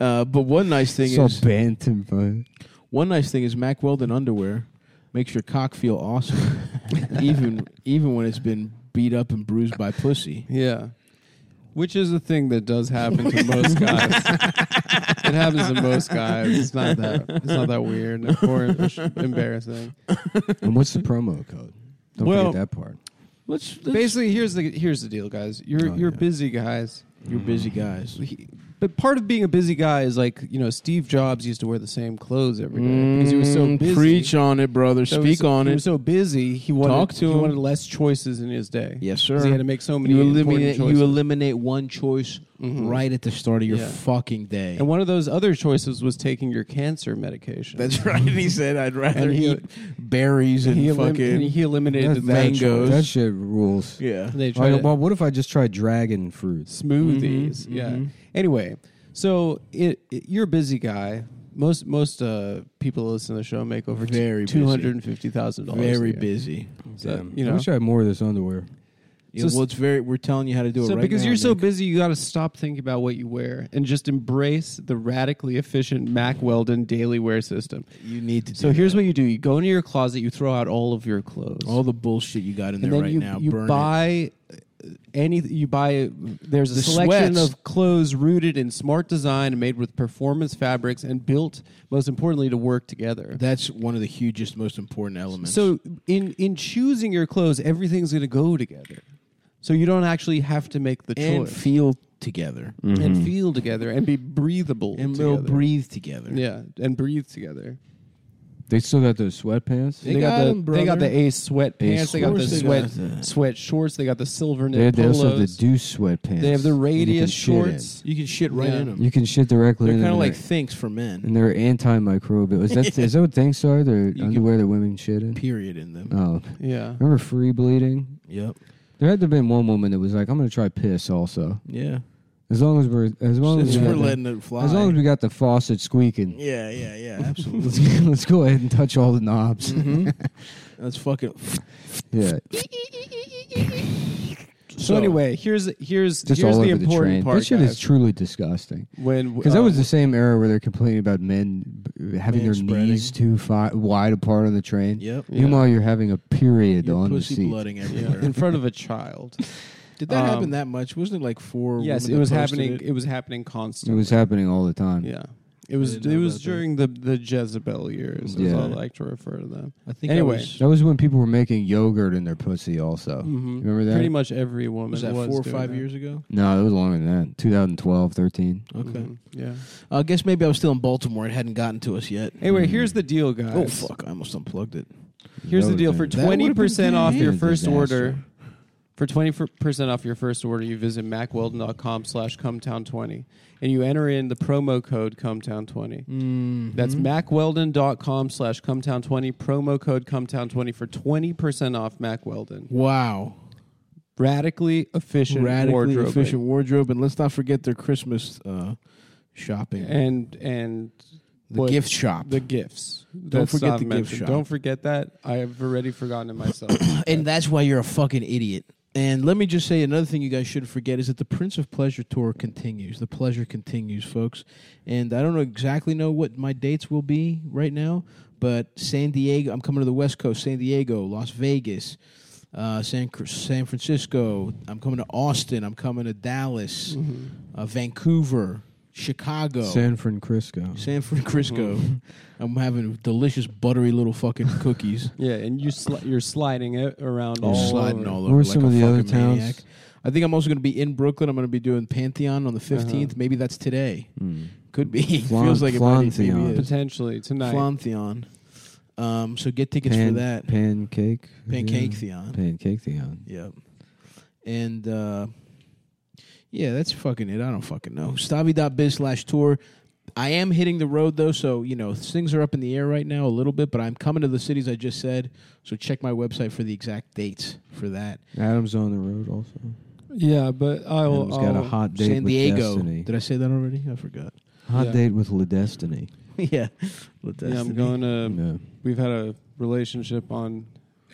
[SPEAKER 3] Uh, but one nice thing
[SPEAKER 2] It's all
[SPEAKER 3] is,
[SPEAKER 2] bent and fun.
[SPEAKER 3] One nice thing is Mac Weldon underwear makes your cock feel awesome, even even when it's been beat up and bruised by pussy.
[SPEAKER 1] Yeah. Which is a thing that does happen to most guys. it happens to most guys. It's not that. It's not that weird or embarrassing.
[SPEAKER 2] and what's the promo code? Don't
[SPEAKER 1] Well-
[SPEAKER 2] forget that part.
[SPEAKER 3] Let's, let's
[SPEAKER 1] Basically, here's the here's the deal, guys. You're
[SPEAKER 2] Oh,
[SPEAKER 1] you're
[SPEAKER 2] yeah.
[SPEAKER 1] busy guys.
[SPEAKER 3] you're busy guys.
[SPEAKER 1] He- but part of being a busy guy is like you know Steve Jobs used to wear the same clothes every day because he was so busy.
[SPEAKER 3] Preach on it, brother.
[SPEAKER 1] So he
[SPEAKER 3] Speak
[SPEAKER 1] was-
[SPEAKER 3] on
[SPEAKER 1] he
[SPEAKER 3] it.
[SPEAKER 1] was so busy. He wanted
[SPEAKER 3] Talk to
[SPEAKER 1] he
[SPEAKER 3] him.
[SPEAKER 1] wanted less choices in his day.
[SPEAKER 3] yes,
[SPEAKER 1] 'Cause
[SPEAKER 3] sir.
[SPEAKER 1] He had to make so many
[SPEAKER 3] you
[SPEAKER 1] important
[SPEAKER 3] eliminate
[SPEAKER 1] choices.
[SPEAKER 3] you eliminate one choice
[SPEAKER 1] Mhm.
[SPEAKER 3] right at the start of your
[SPEAKER 1] Yeah.
[SPEAKER 3] fucking day.
[SPEAKER 1] And one of those other choices was taking your cancer medication.
[SPEAKER 3] That's right. And he said, "I'd rather
[SPEAKER 1] And he-
[SPEAKER 3] eat berries and
[SPEAKER 1] he, elim-
[SPEAKER 3] fucking
[SPEAKER 1] he eliminated
[SPEAKER 2] That's-
[SPEAKER 1] that
[SPEAKER 2] that-
[SPEAKER 3] mangoes.
[SPEAKER 2] That shit rules.
[SPEAKER 3] yeah."
[SPEAKER 1] They
[SPEAKER 2] All right,
[SPEAKER 1] tried to-
[SPEAKER 2] well, what if I just try dragon fruits?
[SPEAKER 1] smoothies.
[SPEAKER 3] Mhm,
[SPEAKER 1] yeah.
[SPEAKER 3] mhm.
[SPEAKER 1] Anyway, so it, it- you're a busy guy. Most most uh, people that listen to the show make over
[SPEAKER 3] Very busy.
[SPEAKER 1] two hundred and fifty thousand dollars.
[SPEAKER 3] Very busy.
[SPEAKER 1] So,
[SPEAKER 2] Damn.
[SPEAKER 1] you
[SPEAKER 2] I
[SPEAKER 1] know.
[SPEAKER 2] wish I had more of this underwear.
[SPEAKER 3] Yeah,
[SPEAKER 1] So-
[SPEAKER 3] well, it's very. We're telling you how to do it
[SPEAKER 1] So
[SPEAKER 3] right
[SPEAKER 1] because
[SPEAKER 3] now,
[SPEAKER 1] you're so
[SPEAKER 3] Nick.
[SPEAKER 1] busy, you got to stop thinking about what you wear and just embrace the radically efficient Mac Weldon daily wear system.
[SPEAKER 3] you need to.
[SPEAKER 1] So
[SPEAKER 3] do
[SPEAKER 1] here's
[SPEAKER 3] that.
[SPEAKER 1] what you do: you go into your closet, you throw out all of your clothes,
[SPEAKER 3] all the bullshit you got in there
[SPEAKER 1] and then
[SPEAKER 3] right
[SPEAKER 1] you,
[SPEAKER 3] now.
[SPEAKER 1] you
[SPEAKER 3] burn it.
[SPEAKER 1] buy uh, any you buy there's a
[SPEAKER 3] The
[SPEAKER 1] selection
[SPEAKER 3] sweats.
[SPEAKER 1] of clothes rooted in smart design and made with performance fabrics and built most importantly to work together
[SPEAKER 3] That's one of the hugest, most important elements.
[SPEAKER 1] so in in choosing your clothes everything's going to go together so you don't actually have to make the
[SPEAKER 3] and
[SPEAKER 1] choice
[SPEAKER 3] feel together,
[SPEAKER 1] and feel together and be breathable
[SPEAKER 3] and
[SPEAKER 1] together.
[SPEAKER 3] we'll breathe together.
[SPEAKER 1] yeah and breathe together
[SPEAKER 2] They still got those sweatpants.
[SPEAKER 3] They
[SPEAKER 1] got,
[SPEAKER 3] got
[SPEAKER 1] the
[SPEAKER 3] 'em,
[SPEAKER 1] they got
[SPEAKER 3] brother.
[SPEAKER 1] the ace sweat pants. They got the
[SPEAKER 3] course they
[SPEAKER 1] sweat
[SPEAKER 3] got that.
[SPEAKER 1] sweat shorts. They got the silver
[SPEAKER 2] They,
[SPEAKER 1] knit
[SPEAKER 2] they
[SPEAKER 1] polos.
[SPEAKER 2] also have the Deuce sweatpants.
[SPEAKER 1] they have the
[SPEAKER 2] that you can
[SPEAKER 1] radius
[SPEAKER 2] shit in.
[SPEAKER 1] shorts.
[SPEAKER 3] you can shit right
[SPEAKER 1] Yeah.
[SPEAKER 3] in them.
[SPEAKER 2] You can shit directly
[SPEAKER 3] They're
[SPEAKER 2] in
[SPEAKER 3] kind of
[SPEAKER 2] them
[SPEAKER 3] like
[SPEAKER 2] and
[SPEAKER 3] thinks for men.
[SPEAKER 2] they're- and they're antimicrobial. Is that is that what thanks are? They're
[SPEAKER 3] can-
[SPEAKER 2] underwear that women shit in.
[SPEAKER 3] Period in them.
[SPEAKER 2] Oh,
[SPEAKER 1] Yeah.
[SPEAKER 2] remember free bleeding?
[SPEAKER 3] Yep.
[SPEAKER 2] There had to have been one woman that was like, "I'm gonna try piss also."
[SPEAKER 3] Yeah.
[SPEAKER 2] As long as we're as long as
[SPEAKER 3] Since
[SPEAKER 2] we
[SPEAKER 3] we're
[SPEAKER 2] got the,
[SPEAKER 3] letting it fly.
[SPEAKER 2] as long as we got the faucet squeaking,
[SPEAKER 3] yeah, yeah, yeah.
[SPEAKER 2] let's,
[SPEAKER 3] Absolutely. Mm-hmm.
[SPEAKER 2] let's go ahead and touch all the knobs.
[SPEAKER 1] Mm.
[SPEAKER 3] That's fucking.
[SPEAKER 2] yeah,
[SPEAKER 1] So, anyway, here's here's
[SPEAKER 2] just
[SPEAKER 1] here's
[SPEAKER 2] all
[SPEAKER 1] the
[SPEAKER 2] over the
[SPEAKER 1] important
[SPEAKER 2] train.
[SPEAKER 1] part.
[SPEAKER 2] that shit
[SPEAKER 1] guys.
[SPEAKER 2] is truly disgusting.
[SPEAKER 1] when
[SPEAKER 2] Because that
[SPEAKER 1] uh,
[SPEAKER 2] was the same era where they're complaining about men b- having
[SPEAKER 3] Man
[SPEAKER 2] their
[SPEAKER 3] spreading.
[SPEAKER 2] knees too fi- wide apart on the train.
[SPEAKER 3] Yep.
[SPEAKER 1] Yeah.
[SPEAKER 2] Meanwhile, you're having a period
[SPEAKER 3] You're
[SPEAKER 2] on the
[SPEAKER 3] pussy
[SPEAKER 2] seat.
[SPEAKER 3] blooding
[SPEAKER 1] yeah,
[SPEAKER 3] everywhere.
[SPEAKER 1] in front of a child.
[SPEAKER 3] Did that happen
[SPEAKER 1] Um,
[SPEAKER 3] that much? Wasn't it like four?
[SPEAKER 1] yes,
[SPEAKER 3] women
[SPEAKER 1] it
[SPEAKER 3] that
[SPEAKER 1] was
[SPEAKER 3] posted
[SPEAKER 1] happening. It.
[SPEAKER 3] it?
[SPEAKER 1] was happening
[SPEAKER 2] It
[SPEAKER 1] constantly.
[SPEAKER 2] was happening all the time.
[SPEAKER 1] yeah. It was
[SPEAKER 3] didn't
[SPEAKER 1] it
[SPEAKER 3] know
[SPEAKER 1] was
[SPEAKER 3] about that.
[SPEAKER 1] during the the Jezebel years, as
[SPEAKER 2] Yeah.
[SPEAKER 1] I like to refer to them.
[SPEAKER 3] I think
[SPEAKER 1] Anyway.
[SPEAKER 3] I was,
[SPEAKER 2] That was when people were making yogurt in their pussy. Also,
[SPEAKER 1] Mhm.
[SPEAKER 2] remember that?
[SPEAKER 1] Pretty much every woman
[SPEAKER 3] was that four or five years ago?
[SPEAKER 2] no, it was longer than that. 2012, 13.
[SPEAKER 3] Okay.
[SPEAKER 1] Mm-hmm. Yeah.
[SPEAKER 3] I guess maybe I was still in Baltimore. It hadn't gotten to us yet.
[SPEAKER 1] Anyway, here's the deal, guys.
[SPEAKER 3] Oh fuck! I almost unplugged it.
[SPEAKER 1] Here's the
[SPEAKER 2] That would've
[SPEAKER 1] deal
[SPEAKER 2] been-
[SPEAKER 1] for
[SPEAKER 3] That would've been
[SPEAKER 1] twenty percent off your
[SPEAKER 2] big.
[SPEAKER 1] first
[SPEAKER 2] Disaster.
[SPEAKER 1] order. For twenty percent off your first order, you visit macweldon.com slash cumtown twenty, and you enter in the promo code cumtown twenty. That's
[SPEAKER 3] Mm-hmm.
[SPEAKER 1] macweldon.com slash cumtown twenty promo code cumtown twenty for twenty percent off MacWeldon.
[SPEAKER 3] Wow.
[SPEAKER 1] Radically efficient
[SPEAKER 3] Radically
[SPEAKER 1] wardrobe.
[SPEAKER 3] efficient wardrobe, and let's not forget their Christmas uh, shopping.
[SPEAKER 1] and and
[SPEAKER 3] the
[SPEAKER 1] what-
[SPEAKER 3] gift shop.
[SPEAKER 1] the gifts.
[SPEAKER 3] Don't forget
[SPEAKER 1] not
[SPEAKER 3] the gift
[SPEAKER 1] mentioned.
[SPEAKER 3] shop.
[SPEAKER 1] Don't forget that. I have already forgotten it myself.
[SPEAKER 3] and that's why you're a fucking idiot. And let me just say another thing you guys should forget is that the Prince of Pleasure tour continues. The pleasure continues, folks. And I don't know exactly know what my dates will be right now, but San Diego, I'm coming to the West Coast, San Diego, Las Vegas, uh, San Cr- San Francisco. I'm coming to Austin. I'm coming to Dallas,
[SPEAKER 1] Mm-hmm.
[SPEAKER 3] uh, Vancouver, Chicago.
[SPEAKER 2] San Francisco.
[SPEAKER 3] San Francisco. I'm having delicious buttery little fucking cookies.
[SPEAKER 1] Yeah, and you sli- you're sliding it around
[SPEAKER 3] You're
[SPEAKER 1] all
[SPEAKER 3] sliding
[SPEAKER 1] over.
[SPEAKER 3] all
[SPEAKER 2] What
[SPEAKER 3] over.
[SPEAKER 2] were
[SPEAKER 3] like
[SPEAKER 2] some
[SPEAKER 3] a
[SPEAKER 2] of the other
[SPEAKER 3] fucking
[SPEAKER 2] towns?
[SPEAKER 3] maniac. I think I'm also going to be in Brooklyn. I'm going to be doing Pantheon on the 15th. Maybe that's today.
[SPEAKER 2] Mm.
[SPEAKER 3] Hmm. Could be. It
[SPEAKER 2] Uh-huh. Flan-
[SPEAKER 3] Feels like it might be-
[SPEAKER 2] Flantheon.
[SPEAKER 3] maybe it is.
[SPEAKER 1] potentially tonight.
[SPEAKER 3] Flantheon. Um, so get tickets
[SPEAKER 2] Pan-
[SPEAKER 3] for that.
[SPEAKER 2] Pancake.
[SPEAKER 3] Pancake
[SPEAKER 2] Yeah.
[SPEAKER 3] Theon.
[SPEAKER 2] Pancake Theon.
[SPEAKER 3] Yep. And uh, yeah, that's fucking it. I don't fucking know. Stavi.biz slash tour. I am hitting the road though, so you know things are up in the air right now a little bit. But I'm coming to the cities I just said, so check my website for the exact dates for that.
[SPEAKER 2] Adam's on the road also.
[SPEAKER 1] Yeah, but I'll,
[SPEAKER 2] Adam's got a hot date
[SPEAKER 3] Oh, San
[SPEAKER 2] with
[SPEAKER 3] Diego.
[SPEAKER 2] Destiny.
[SPEAKER 3] Did I say that already? I forgot.
[SPEAKER 2] Hot
[SPEAKER 1] Yeah.
[SPEAKER 2] date with La Destiny.
[SPEAKER 3] yeah, with
[SPEAKER 1] Yeah, I'm
[SPEAKER 3] Destiny.
[SPEAKER 1] going
[SPEAKER 3] Um,
[SPEAKER 1] to.
[SPEAKER 2] Yeah.
[SPEAKER 1] We've had a relationship on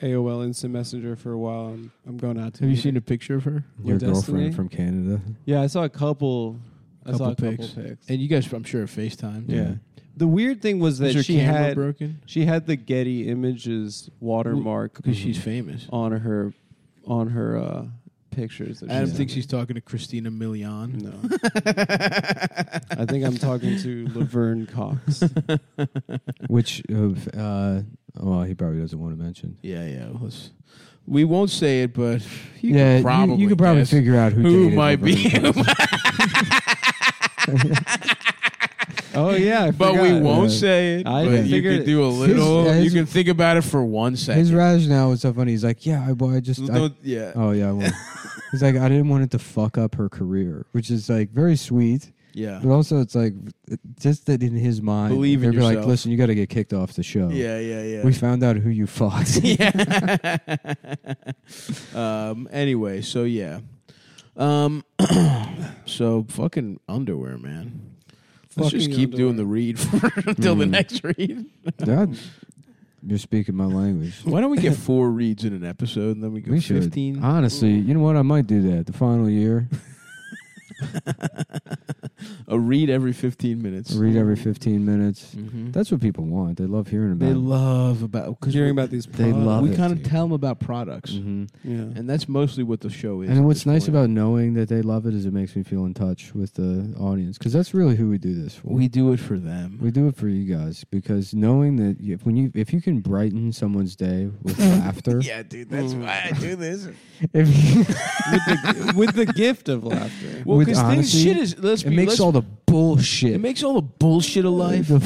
[SPEAKER 1] AOL Instant Messenger for a while. and I'm going out to.
[SPEAKER 3] Have you
[SPEAKER 1] meet
[SPEAKER 3] seen
[SPEAKER 1] her.
[SPEAKER 3] a picture of her?
[SPEAKER 1] La
[SPEAKER 2] Your
[SPEAKER 1] Destiny?
[SPEAKER 2] girlfriend from Canada.
[SPEAKER 1] Yeah, I saw a couple. I saw a
[SPEAKER 3] Couple
[SPEAKER 1] couple pics.
[SPEAKER 3] And you guys, I'm sure, FaceTime.
[SPEAKER 2] Yeah.
[SPEAKER 1] The weird thing was
[SPEAKER 3] Is
[SPEAKER 1] that
[SPEAKER 3] her
[SPEAKER 1] she
[SPEAKER 3] camera
[SPEAKER 1] had
[SPEAKER 3] broken?
[SPEAKER 1] she had the Getty Images watermark
[SPEAKER 3] Mm-hmm. Because she's famous.
[SPEAKER 1] on her on her uh, pictures. Oh, That
[SPEAKER 3] Adam
[SPEAKER 1] she's
[SPEAKER 3] thinks she's talking to Christina Milian.
[SPEAKER 1] No. I think I'm talking to Laverne Cox.
[SPEAKER 2] Which, of, uh, well, he probably doesn't want to mention.
[SPEAKER 3] Yeah, yeah. Let's, we won't say it, but you
[SPEAKER 2] yeah,
[SPEAKER 3] could probably
[SPEAKER 2] you, you could probably
[SPEAKER 3] guess.
[SPEAKER 2] figure out who,
[SPEAKER 3] who
[SPEAKER 2] dated
[SPEAKER 3] might be.
[SPEAKER 2] Laverne Cox.
[SPEAKER 1] Oh yeah, I
[SPEAKER 3] but we
[SPEAKER 1] forgot.
[SPEAKER 3] won't
[SPEAKER 2] Yeah.
[SPEAKER 3] say it.
[SPEAKER 1] I
[SPEAKER 3] but you
[SPEAKER 1] figured
[SPEAKER 3] could do a
[SPEAKER 1] his-
[SPEAKER 3] little. you
[SPEAKER 2] his-
[SPEAKER 3] can think about it for one second.
[SPEAKER 2] His rationale was so funny. He's like, yeah, I, well, I just, I,
[SPEAKER 3] Don't- yeah,
[SPEAKER 2] oh yeah, I won't. he's like, I didn't want it to fuck up her career, which is like very sweet,
[SPEAKER 3] yeah,
[SPEAKER 2] but also it's like just that in his mind,
[SPEAKER 3] Believe in
[SPEAKER 2] they're like,
[SPEAKER 3] yourself.
[SPEAKER 2] listen, you got to get kicked off the show.
[SPEAKER 3] yeah, yeah, yeah.
[SPEAKER 2] we found out who you fucked.
[SPEAKER 3] yeah. um. Anyway, so yeah. Um. so fucking underwear, man. Let's just
[SPEAKER 1] Fucking
[SPEAKER 3] keep doing
[SPEAKER 1] underwear.
[SPEAKER 3] the read for, until the
[SPEAKER 2] Mm.
[SPEAKER 3] next read.
[SPEAKER 2] That- you're speaking my language.
[SPEAKER 3] Why don't we get four reads in an episode and then we go
[SPEAKER 2] We should.
[SPEAKER 3] fifteen?
[SPEAKER 2] Honestly, you know what? I might do that the final year.
[SPEAKER 3] A read every fifteen minutes.
[SPEAKER 2] Read every 15 minutes.
[SPEAKER 3] Mm-hmm.
[SPEAKER 2] That's what people want. They love hearing about
[SPEAKER 3] they
[SPEAKER 2] it.
[SPEAKER 3] love about because
[SPEAKER 1] Hearing about these,
[SPEAKER 2] They
[SPEAKER 1] products.
[SPEAKER 2] love
[SPEAKER 3] we
[SPEAKER 2] it,
[SPEAKER 3] kind of
[SPEAKER 2] dude.
[SPEAKER 3] tell them about products,
[SPEAKER 2] Mhm.
[SPEAKER 1] Yeah.
[SPEAKER 3] and that's mostly what the show is.
[SPEAKER 2] And
[SPEAKER 3] at
[SPEAKER 2] what's
[SPEAKER 3] this
[SPEAKER 2] nice
[SPEAKER 3] point.
[SPEAKER 2] about knowing that they love it is it makes me feel in touch with the audience because that's really who we do this for.
[SPEAKER 3] we do it for them.
[SPEAKER 2] we do it for you guys because knowing that you, when you if you can brighten someone's day with laughter,
[SPEAKER 3] yeah, dude, that's
[SPEAKER 2] Mm.
[SPEAKER 3] why I do this.
[SPEAKER 2] if you-
[SPEAKER 1] with, the, with the gift of laughter.
[SPEAKER 3] Well,
[SPEAKER 2] With
[SPEAKER 3] because
[SPEAKER 2] honesty,
[SPEAKER 3] shit is let's
[SPEAKER 2] it
[SPEAKER 3] be,
[SPEAKER 2] makes
[SPEAKER 3] let's,
[SPEAKER 2] all the bullshit,
[SPEAKER 3] it makes all the bullshit of life.
[SPEAKER 2] the,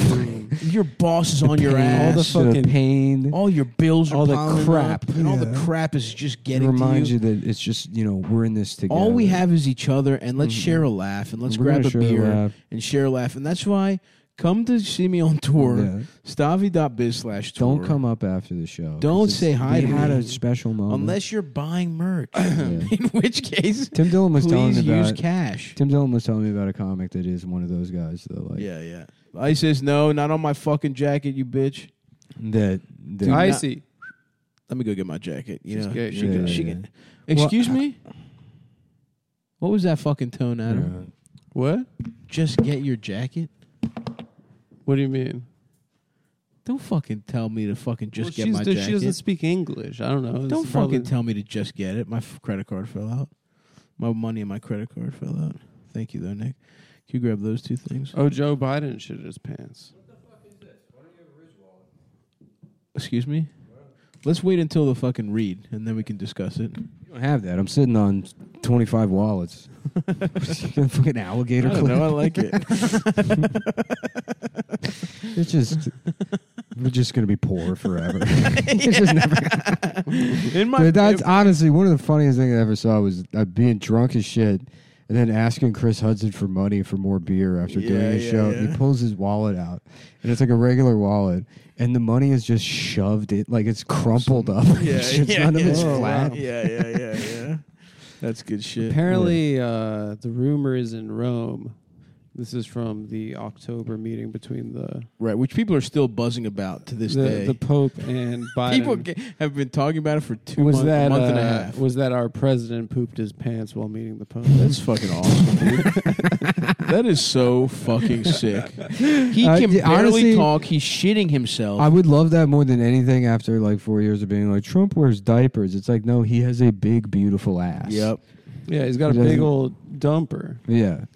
[SPEAKER 3] your boss is on
[SPEAKER 2] the
[SPEAKER 3] your
[SPEAKER 2] pain,
[SPEAKER 3] ass.
[SPEAKER 2] all the fucking pain.
[SPEAKER 3] all your bills are
[SPEAKER 1] all the
[SPEAKER 3] piling
[SPEAKER 1] crap.
[SPEAKER 3] up, and all the
[SPEAKER 2] Yeah.
[SPEAKER 3] crap is just
[SPEAKER 2] it
[SPEAKER 3] getting to you.
[SPEAKER 2] reminds you. that it's just you know we're in this together.
[SPEAKER 3] All we have is each other, and let's share a laugh, and let's
[SPEAKER 2] We're
[SPEAKER 3] grab
[SPEAKER 2] gonna
[SPEAKER 3] a
[SPEAKER 2] share a
[SPEAKER 3] beer
[SPEAKER 2] laugh.
[SPEAKER 3] and share a laugh. And that's why come to see me on tour,
[SPEAKER 2] Yeah.
[SPEAKER 3] stavi.biz slash tour.
[SPEAKER 2] Don't come up after the show.
[SPEAKER 3] Don't
[SPEAKER 2] 'cause it's-
[SPEAKER 3] say hi
[SPEAKER 2] We
[SPEAKER 3] to
[SPEAKER 2] had
[SPEAKER 3] me.
[SPEAKER 2] a special moment.
[SPEAKER 3] unless you're buying merch,
[SPEAKER 2] Yeah.
[SPEAKER 3] in which case,
[SPEAKER 2] Tim Dillon was telling
[SPEAKER 3] please
[SPEAKER 2] me
[SPEAKER 3] use
[SPEAKER 2] about.
[SPEAKER 3] cash.
[SPEAKER 2] Tim Dillon was telling me about a comic that is one of those guys that like
[SPEAKER 3] Yeah, yeah. I says no, not on my fucking jacket, you bitch.
[SPEAKER 2] that. that
[SPEAKER 1] I see.
[SPEAKER 3] Let me go get my jacket. You
[SPEAKER 1] She's
[SPEAKER 3] know,
[SPEAKER 1] gay.
[SPEAKER 3] she
[SPEAKER 1] Yeah,
[SPEAKER 3] can,
[SPEAKER 1] yeah,
[SPEAKER 3] she
[SPEAKER 2] yeah.
[SPEAKER 3] can. Excuse me. What was that fucking tone,
[SPEAKER 2] Yeah.
[SPEAKER 3] Adam?
[SPEAKER 1] What?
[SPEAKER 3] Just get your jacket.
[SPEAKER 1] What do you mean?
[SPEAKER 3] Don't fucking tell me to fucking just
[SPEAKER 1] Well,
[SPEAKER 3] get
[SPEAKER 1] she's-
[SPEAKER 3] my
[SPEAKER 1] does-
[SPEAKER 3] jacket.
[SPEAKER 1] She doesn't speak English. I don't know. It's
[SPEAKER 3] Don't fucking
[SPEAKER 1] probably-
[SPEAKER 3] tell me to just get it. My f- credit card fell out. My money and my credit card fell out. Thank you though, Nick. Can you grab those two things?
[SPEAKER 1] Oh, Joe Biden shit his pants.
[SPEAKER 3] Excuse me. Let's wait until the fucking read, and then we can discuss it.
[SPEAKER 2] You don't have that. I'm sitting on 25 wallets. fucking alligator clip.
[SPEAKER 3] I like it.
[SPEAKER 2] It's just we're just gonna be poor forever. it's just never.
[SPEAKER 3] In my
[SPEAKER 2] Dude, that's honestly one of the funniest things I ever saw was uh, being drunk as shit. And then asking Chris Hudson for money for more beer after
[SPEAKER 3] Yeah,
[SPEAKER 2] doing a
[SPEAKER 3] yeah,
[SPEAKER 2] show,
[SPEAKER 3] yeah.
[SPEAKER 2] he pulls his wallet out, and it's like a regular wallet, and the money is just shoved it like it's crumpled up. It's just- none of it's
[SPEAKER 1] yeah.
[SPEAKER 2] flat.
[SPEAKER 3] yeah, yeah, yeah, yeah. That's good shit.
[SPEAKER 1] Apparently, uh, the rumor is in Rome. This is from the October meeting between the
[SPEAKER 3] right, which people are still buzzing about to this
[SPEAKER 1] the,
[SPEAKER 3] day.
[SPEAKER 1] the Pope and Biden.
[SPEAKER 3] people ge- have been talking about it for two
[SPEAKER 1] was
[SPEAKER 3] months, a
[SPEAKER 1] that
[SPEAKER 3] month and a
[SPEAKER 1] uh,
[SPEAKER 3] half.
[SPEAKER 1] was that our president pooped his pants while meeting the Pope?
[SPEAKER 3] That's fucking awesome. dude. that is so fucking sick. He
[SPEAKER 2] Uh,
[SPEAKER 3] can
[SPEAKER 2] yeah,
[SPEAKER 3] barely
[SPEAKER 2] honestly-
[SPEAKER 3] talk. He's shitting himself.
[SPEAKER 2] I would love that more than anything after like four years of being like Trump wears diapers. It's like no, he has a big beautiful ass.
[SPEAKER 3] yep.
[SPEAKER 1] yeah, he's got a
[SPEAKER 2] He
[SPEAKER 1] big
[SPEAKER 2] doesn't-
[SPEAKER 1] old dumper.
[SPEAKER 2] Yeah.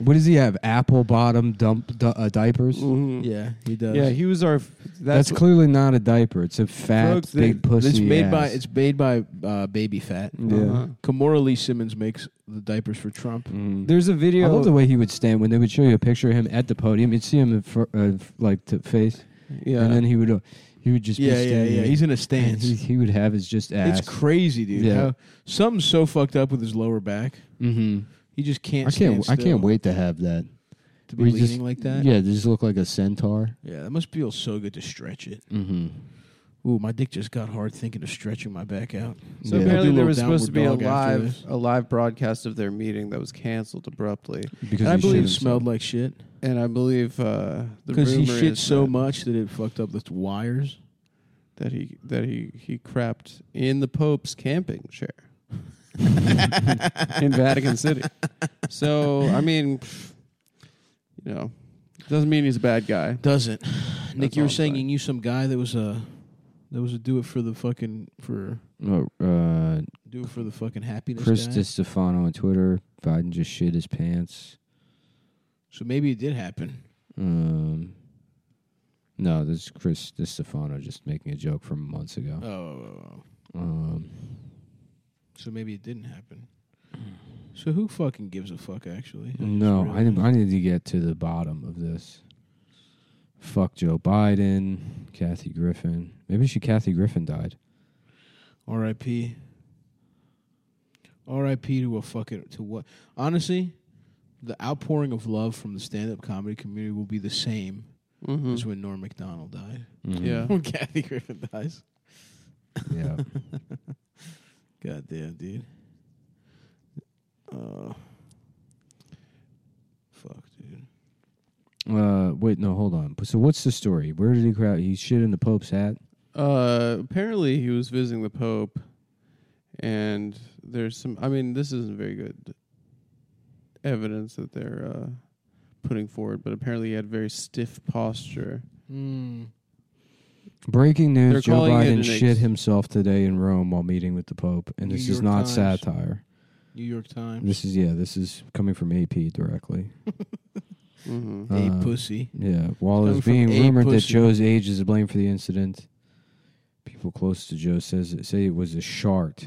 [SPEAKER 2] What does he have? Apple bottom dump di- uh, diapers.
[SPEAKER 1] Mhm.
[SPEAKER 3] Mm-hmm. Yeah, he does.
[SPEAKER 1] Yeah, he was our. f-
[SPEAKER 2] That's,
[SPEAKER 1] That's, what-
[SPEAKER 2] clearly not a diaper. It's a fat
[SPEAKER 1] Folks, they-
[SPEAKER 2] big pussy.
[SPEAKER 3] it's made by
[SPEAKER 2] ass.
[SPEAKER 3] it's made by uh, baby fat.
[SPEAKER 2] Yeah.
[SPEAKER 1] Uh-huh.
[SPEAKER 3] Kamora Lee Simmons makes the diapers for Trump.
[SPEAKER 2] Mm.
[SPEAKER 1] There's a video.
[SPEAKER 2] I love the way he would stand when they would show you a picture of him at the podium. You'd see him in fr- uh, f- like to face,
[SPEAKER 1] yeah,
[SPEAKER 2] and then he would uh, he would just
[SPEAKER 3] Yeah,
[SPEAKER 2] be
[SPEAKER 3] yeah,
[SPEAKER 2] standing
[SPEAKER 3] yeah.
[SPEAKER 2] there.
[SPEAKER 3] He's in a
[SPEAKER 2] and he,
[SPEAKER 3] stance.
[SPEAKER 2] he would have his just ass.
[SPEAKER 3] It's crazy, dude.
[SPEAKER 2] Yeah.
[SPEAKER 3] How, something's so fucked up with his lower back.
[SPEAKER 2] hmm
[SPEAKER 3] He just can't.
[SPEAKER 2] I can't I
[SPEAKER 3] stand
[SPEAKER 2] can't
[SPEAKER 3] still
[SPEAKER 2] wait to have that.
[SPEAKER 3] to be
[SPEAKER 2] we
[SPEAKER 3] leaning
[SPEAKER 2] just-
[SPEAKER 3] like that.
[SPEAKER 2] Yeah, they just look like a centaur.
[SPEAKER 3] yeah, that must feel so good to stretch it.
[SPEAKER 2] Mm-hmm.
[SPEAKER 3] Ooh, my dick just got hard thinking of stretching my back out.
[SPEAKER 1] So
[SPEAKER 2] Yeah.
[SPEAKER 1] apparently
[SPEAKER 3] Do a
[SPEAKER 1] there
[SPEAKER 3] little
[SPEAKER 1] was supposed to be a
[SPEAKER 3] downward dog after
[SPEAKER 1] live
[SPEAKER 3] this.
[SPEAKER 1] a live broadcast of their meeting that was canceled abruptly,
[SPEAKER 2] Because
[SPEAKER 3] And I
[SPEAKER 2] he
[SPEAKER 3] believe
[SPEAKER 2] shit
[SPEAKER 3] it smelled like shit
[SPEAKER 1] and I believe uh, the
[SPEAKER 3] because he
[SPEAKER 1] rumor
[SPEAKER 3] shit
[SPEAKER 1] is
[SPEAKER 3] so
[SPEAKER 1] that-
[SPEAKER 3] much that it fucked up the wires.
[SPEAKER 1] that he that he he crapped in the Pope's camping chair in Vatican City. So I mean, pff, you know, doesn't mean he's a bad guy.
[SPEAKER 3] Doesn't Nick?
[SPEAKER 1] That's
[SPEAKER 3] You
[SPEAKER 1] all
[SPEAKER 3] were
[SPEAKER 1] I'm
[SPEAKER 3] saying you
[SPEAKER 1] saying.
[SPEAKER 3] knew some guy that was a That was a do it for the fucking for
[SPEAKER 2] Oh, uh,
[SPEAKER 3] do it for the fucking happiness.
[SPEAKER 2] Chris
[SPEAKER 3] guy.
[SPEAKER 2] DiStefano on Twitter. Biden just shit his pants.
[SPEAKER 3] So maybe it did happen.
[SPEAKER 2] Um, no, this is Chris DiStefano just making a joke from months ago.
[SPEAKER 3] Oh,
[SPEAKER 2] Um,
[SPEAKER 3] so maybe it didn't happen. So who fucking gives a fuck? Actually, I just
[SPEAKER 2] Hmm. no, I,
[SPEAKER 3] realized.
[SPEAKER 2] need- I need to get to the bottom of this. Fuck Joe Biden, Kathy Griffin. Maybe she Kathy Griffin died.
[SPEAKER 3] R.I.P. R.I.P. to a fucking to what? Honestly, the outpouring of love from the stand-up comedy community will be the same
[SPEAKER 2] Hmm.
[SPEAKER 1] Mm-hmm.
[SPEAKER 3] as when Norm Macdonald died.
[SPEAKER 2] Mhm.
[SPEAKER 1] Yeah.
[SPEAKER 3] when Kathy Griffin dies.
[SPEAKER 2] yeah.
[SPEAKER 3] God damn, dude. Uh, fuck, dude.
[SPEAKER 2] Uh, wait, no, hold on. So what's the story? Where did he crowd? He shit in the Pope's hat.
[SPEAKER 1] Uh, apparently he was visiting the Pope, and there's some. I mean, this isn't very good evidence that they're uh, putting forward, but apparently he had very stiff posture.
[SPEAKER 3] Mm.
[SPEAKER 2] Breaking
[SPEAKER 1] They're
[SPEAKER 2] news: Joe
[SPEAKER 1] calling it an
[SPEAKER 2] Biden
[SPEAKER 1] ex-
[SPEAKER 2] shit himself today in Rome while meeting with the Pope, and
[SPEAKER 3] New
[SPEAKER 2] this is
[SPEAKER 3] York
[SPEAKER 2] not
[SPEAKER 3] Times.
[SPEAKER 2] satire.
[SPEAKER 3] New York Times.
[SPEAKER 2] This is yeah. This is coming from AP directly.
[SPEAKER 1] Mm-hmm.
[SPEAKER 3] a
[SPEAKER 2] uh,
[SPEAKER 3] pussy.
[SPEAKER 2] Yeah, while
[SPEAKER 3] Coming
[SPEAKER 2] it's
[SPEAKER 3] from
[SPEAKER 2] being
[SPEAKER 3] a
[SPEAKER 2] rumored that
[SPEAKER 3] pussy.
[SPEAKER 2] Joe's age is to blame for the incident, people close to Joe says it, say it was a shart.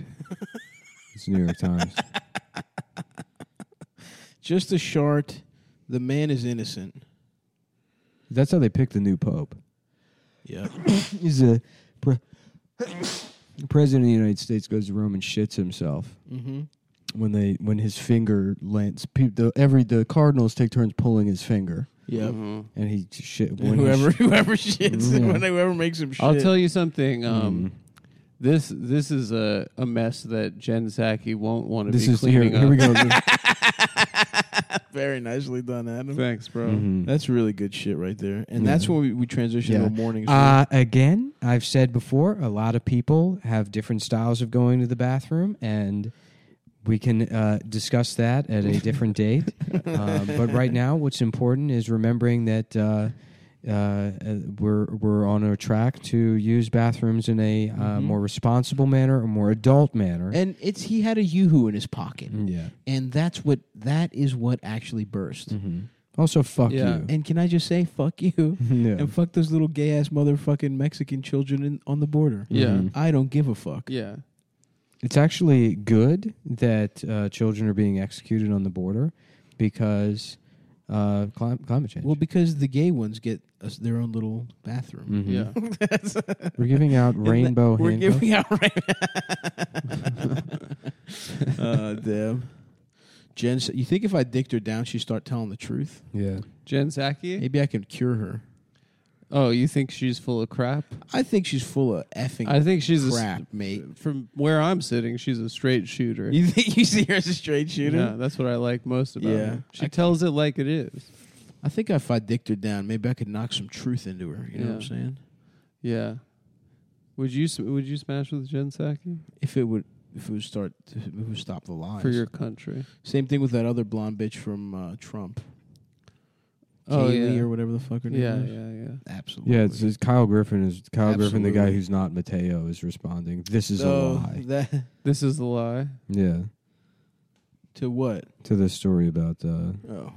[SPEAKER 2] it's New York Times.
[SPEAKER 3] Just a short. The man is innocent.
[SPEAKER 2] That's how they picked the new pope.
[SPEAKER 3] Yeah.
[SPEAKER 2] He's a pre- president of the United States goes to Rome and shits himself.
[SPEAKER 3] mm-hmm.
[SPEAKER 2] when they when his finger lands pe- the, every the cardinals take turns pulling his finger
[SPEAKER 3] Yeah.
[SPEAKER 1] Mm-hmm.
[SPEAKER 2] and he shit
[SPEAKER 3] And
[SPEAKER 2] when he
[SPEAKER 3] whoever
[SPEAKER 2] sh-
[SPEAKER 3] whoever shits
[SPEAKER 2] Yeah.
[SPEAKER 3] when whoever makes him shit.
[SPEAKER 1] I'll tell you something.
[SPEAKER 2] mm-hmm.
[SPEAKER 1] Um, This this is a, a mess that Jen Psaki won't want to
[SPEAKER 2] this
[SPEAKER 1] be
[SPEAKER 2] is here,
[SPEAKER 1] cleaning
[SPEAKER 2] here we
[SPEAKER 1] up.
[SPEAKER 2] go
[SPEAKER 3] Very nicely done, Adam.
[SPEAKER 1] Thanks, bro.
[SPEAKER 2] Mhm.
[SPEAKER 3] That's really good shit right there. And that's
[SPEAKER 2] Yeah.
[SPEAKER 3] when we, we transition to
[SPEAKER 2] Yeah.
[SPEAKER 3] a morning show.
[SPEAKER 2] uh, again i've said before a lot of people have different styles of going to the bathroom and we can uh, discuss that at a different date um, but right now what's important is remembering that uh, uh, uh, we're we're on a track to use bathrooms in a uh, more responsible manner, a more adult manner. Mm,
[SPEAKER 3] and it's he had a yoo-hoo in his pocket.
[SPEAKER 2] yeah.
[SPEAKER 3] And that's what that is what actually burst.
[SPEAKER 2] Mm-hmm. Also, fuck
[SPEAKER 1] Yeah.
[SPEAKER 2] you.
[SPEAKER 3] And can I just say fuck you?
[SPEAKER 2] Yeah.
[SPEAKER 3] And fuck those little gay ass motherfucking Mexican children in, on the border.
[SPEAKER 1] Yeah,
[SPEAKER 2] Mhm.
[SPEAKER 3] I don't give a fuck.
[SPEAKER 1] yeah.
[SPEAKER 2] It's actually good that uh, children are being executed on the border because uh, clim- climate change.
[SPEAKER 3] Well, because the gay ones get us their own little bathroom.
[SPEAKER 2] Mhm.
[SPEAKER 1] Yeah.
[SPEAKER 3] Mm.
[SPEAKER 2] We're giving out rainbow
[SPEAKER 3] We're
[SPEAKER 2] handcuffs.
[SPEAKER 3] giving out right uh, damn. Jen, said- you think if I dicked her down, she'd start telling the truth?
[SPEAKER 2] yeah.
[SPEAKER 1] Jen Psaki?
[SPEAKER 3] Maybe I can cure her.
[SPEAKER 1] Oh, you think she's full of crap?
[SPEAKER 3] I think she's full of effing
[SPEAKER 1] I think she's
[SPEAKER 3] crap,
[SPEAKER 1] a
[SPEAKER 3] mate.
[SPEAKER 1] from where I'm sitting, she's a straight shooter.
[SPEAKER 3] You think you see her as a straight shooter?
[SPEAKER 1] Yeah, that's what I like most about
[SPEAKER 3] Yeah.
[SPEAKER 1] her. She
[SPEAKER 3] I-
[SPEAKER 1] tells it like it is.
[SPEAKER 3] I think if I dicked her down, maybe I could knock some truth into her. You know what I'm
[SPEAKER 1] Yeah.
[SPEAKER 3] saying?
[SPEAKER 1] Yeah. Would you sm- would you smash with Jen Psaki
[SPEAKER 3] If it would, if it would start, if it would stop the
[SPEAKER 2] Oh,
[SPEAKER 3] lies.
[SPEAKER 1] for your country?
[SPEAKER 3] Same thing with that other blonde bitch from uh, Trump.
[SPEAKER 1] Oh
[SPEAKER 3] Kaylee
[SPEAKER 1] yeah.
[SPEAKER 3] or whatever the fuck her name
[SPEAKER 1] yeah,
[SPEAKER 3] is.
[SPEAKER 1] yeah, yeah.
[SPEAKER 3] Absolutely.
[SPEAKER 2] Yeah, it's, it's Kyle Griffin is Kyle Griffin, the guy
[SPEAKER 3] Absolutely.
[SPEAKER 2] who's not Mateo, is responding. This is a
[SPEAKER 3] so
[SPEAKER 2] lie.
[SPEAKER 3] that
[SPEAKER 1] This is the lie.
[SPEAKER 2] Yeah,
[SPEAKER 3] to what?
[SPEAKER 2] to the story about. Uh,
[SPEAKER 3] Oh.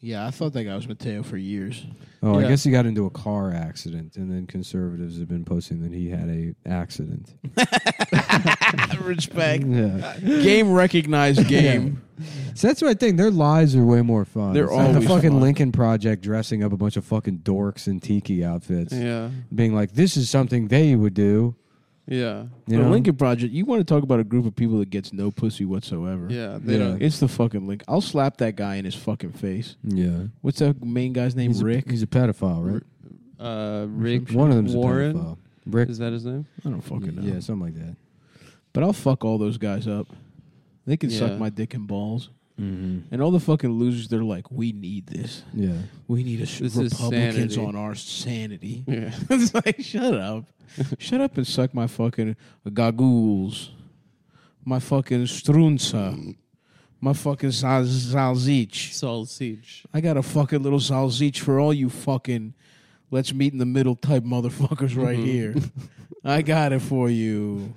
[SPEAKER 3] Yeah, I thought that guy was Mateo for years.
[SPEAKER 2] oh,
[SPEAKER 1] Yeah.
[SPEAKER 2] I guess he got into a car accident, and then conservatives have been posting that he had a accident.
[SPEAKER 3] Respect.
[SPEAKER 2] Yeah.
[SPEAKER 3] Game recognized game.
[SPEAKER 2] So that's my thing. Their lies are way more fun.
[SPEAKER 3] They're
[SPEAKER 2] It's like
[SPEAKER 3] always
[SPEAKER 2] the fucking
[SPEAKER 3] fun.
[SPEAKER 2] Lincoln Project dressing up a bunch of fucking dorks in tiki outfits,
[SPEAKER 1] Yeah.
[SPEAKER 2] being like, "This is something they would do."
[SPEAKER 1] Yeah.
[SPEAKER 2] You
[SPEAKER 3] the
[SPEAKER 2] know?
[SPEAKER 3] Lincoln Project, you want to talk about a group of people that gets no pussy whatsoever.
[SPEAKER 1] Yeah. They
[SPEAKER 2] Yeah.
[SPEAKER 1] don't
[SPEAKER 3] It's the fucking link. I'll slap that guy in his fucking face.
[SPEAKER 2] Yeah,
[SPEAKER 3] What's that main guy's name?
[SPEAKER 2] he's
[SPEAKER 3] Rick?
[SPEAKER 2] A, he's a pedophile, right?
[SPEAKER 1] uh Rick
[SPEAKER 2] One of them's a
[SPEAKER 1] Warren.
[SPEAKER 2] pedophile. Rick,
[SPEAKER 1] Is that his name?
[SPEAKER 3] I don't fucking know.
[SPEAKER 2] yeah, something like that.
[SPEAKER 3] But I'll fuck all those guys up. They can
[SPEAKER 1] Yeah.
[SPEAKER 3] suck my dick and balls.
[SPEAKER 2] Mm-hmm.
[SPEAKER 3] And all the fucking losers, they're like, we need this.
[SPEAKER 2] Yeah,
[SPEAKER 3] We need a sh-
[SPEAKER 1] This is
[SPEAKER 3] Republicans
[SPEAKER 1] sanity.
[SPEAKER 3] on our sanity.
[SPEAKER 1] Yeah.
[SPEAKER 3] it's like, shut up. shut up and suck my fucking gagules. My fucking strunza. My fucking sal- salzich.
[SPEAKER 1] Saul Siege.
[SPEAKER 3] I got a fucking little salzich for all you fucking let's meet in the middle type motherfuckers
[SPEAKER 2] Mm-hmm.
[SPEAKER 3] right
[SPEAKER 1] Mhm.
[SPEAKER 3] here. I got it for you.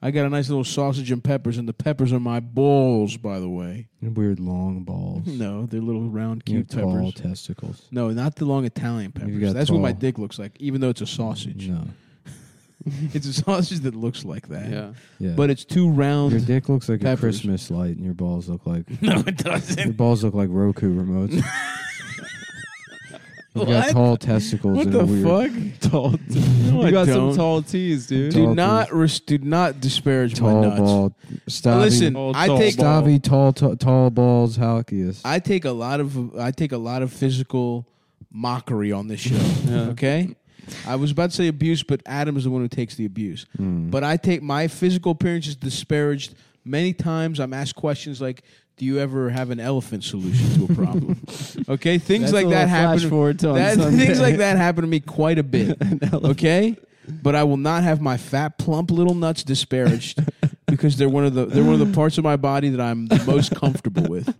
[SPEAKER 3] I got a nice little sausage and peppers, and the peppers are my balls, by the way.
[SPEAKER 2] Weird long balls.
[SPEAKER 3] No, they're little round,
[SPEAKER 2] You
[SPEAKER 3] cute
[SPEAKER 2] have tall
[SPEAKER 3] peppers.
[SPEAKER 2] testicles.
[SPEAKER 3] No, not the long Italian
[SPEAKER 2] You've
[SPEAKER 3] peppers.
[SPEAKER 2] got
[SPEAKER 3] That's what my
[SPEAKER 2] tall-
[SPEAKER 3] dick looks like, even though it's a sausage.
[SPEAKER 2] No.
[SPEAKER 3] It's a sausage that looks like that.
[SPEAKER 1] Yeah.
[SPEAKER 2] Yeah.
[SPEAKER 3] But it's two round.
[SPEAKER 2] your dick looks like
[SPEAKER 3] peppers.
[SPEAKER 2] a Christmas light, and your balls look like
[SPEAKER 3] no, it
[SPEAKER 2] your
[SPEAKER 3] doesn't.
[SPEAKER 2] balls look like Roku remotes. You've got
[SPEAKER 3] What?
[SPEAKER 2] tall testicles
[SPEAKER 3] What
[SPEAKER 2] and
[SPEAKER 3] the
[SPEAKER 2] a weird.
[SPEAKER 3] fuck? Tall. no, I
[SPEAKER 1] you got
[SPEAKER 3] don't.
[SPEAKER 1] some tall tees, dude.
[SPEAKER 2] Tall
[SPEAKER 3] Do not, res- do not disparage my
[SPEAKER 2] Tall
[SPEAKER 3] nuts.
[SPEAKER 2] ball. Stabby,
[SPEAKER 3] Listen,
[SPEAKER 1] Tall,
[SPEAKER 3] I
[SPEAKER 1] tall
[SPEAKER 3] take
[SPEAKER 1] ball.
[SPEAKER 2] Stabby tall, tall, tall balls. Halkias.
[SPEAKER 3] I take a lot of I take a lot of physical mockery on this show.
[SPEAKER 1] Yeah.
[SPEAKER 3] Okay, I was about to say abuse, but Adam's the one who takes the abuse.
[SPEAKER 2] Mm. Hmm.
[SPEAKER 3] But I take my physical appearance is disparaged many times. I'm asked questions like, "Do you ever have an elephant solution to a problem?" okay, things
[SPEAKER 1] That's
[SPEAKER 3] like
[SPEAKER 1] a
[SPEAKER 3] that
[SPEAKER 1] little
[SPEAKER 3] happen.
[SPEAKER 1] Flash forward to on
[SPEAKER 3] that,
[SPEAKER 1] Sunday.
[SPEAKER 3] things like that happen to me quite a bit. okay, but I will not have my fat, plump little nuts disparaged because they're one of the they're one of the parts of my body that I'm the most comfortable with,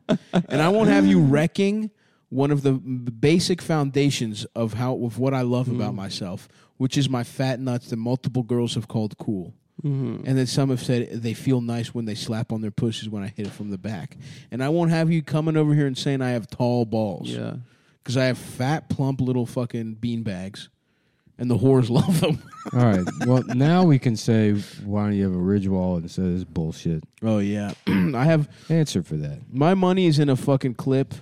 [SPEAKER 3] and I won't have you wrecking one of the m- basic foundations of how of what I love
[SPEAKER 1] Mm.
[SPEAKER 3] about myself, which is my fat nuts that multiple girls have called cool.
[SPEAKER 1] Mm-hmm.
[SPEAKER 3] And then some have said they feel nice when they slap on their pussies when I hit it from the back. And I won't have you coming over here and saying I have tall balls
[SPEAKER 1] Yeah.
[SPEAKER 3] because I have fat, plump little fucking bean bags, and the whores love them.
[SPEAKER 2] All right. Well, now we can say why don't you have a ridge wall instead of this bullshit?
[SPEAKER 3] Oh yeah, I have
[SPEAKER 2] Answer for that.
[SPEAKER 3] my money is in a fucking clip.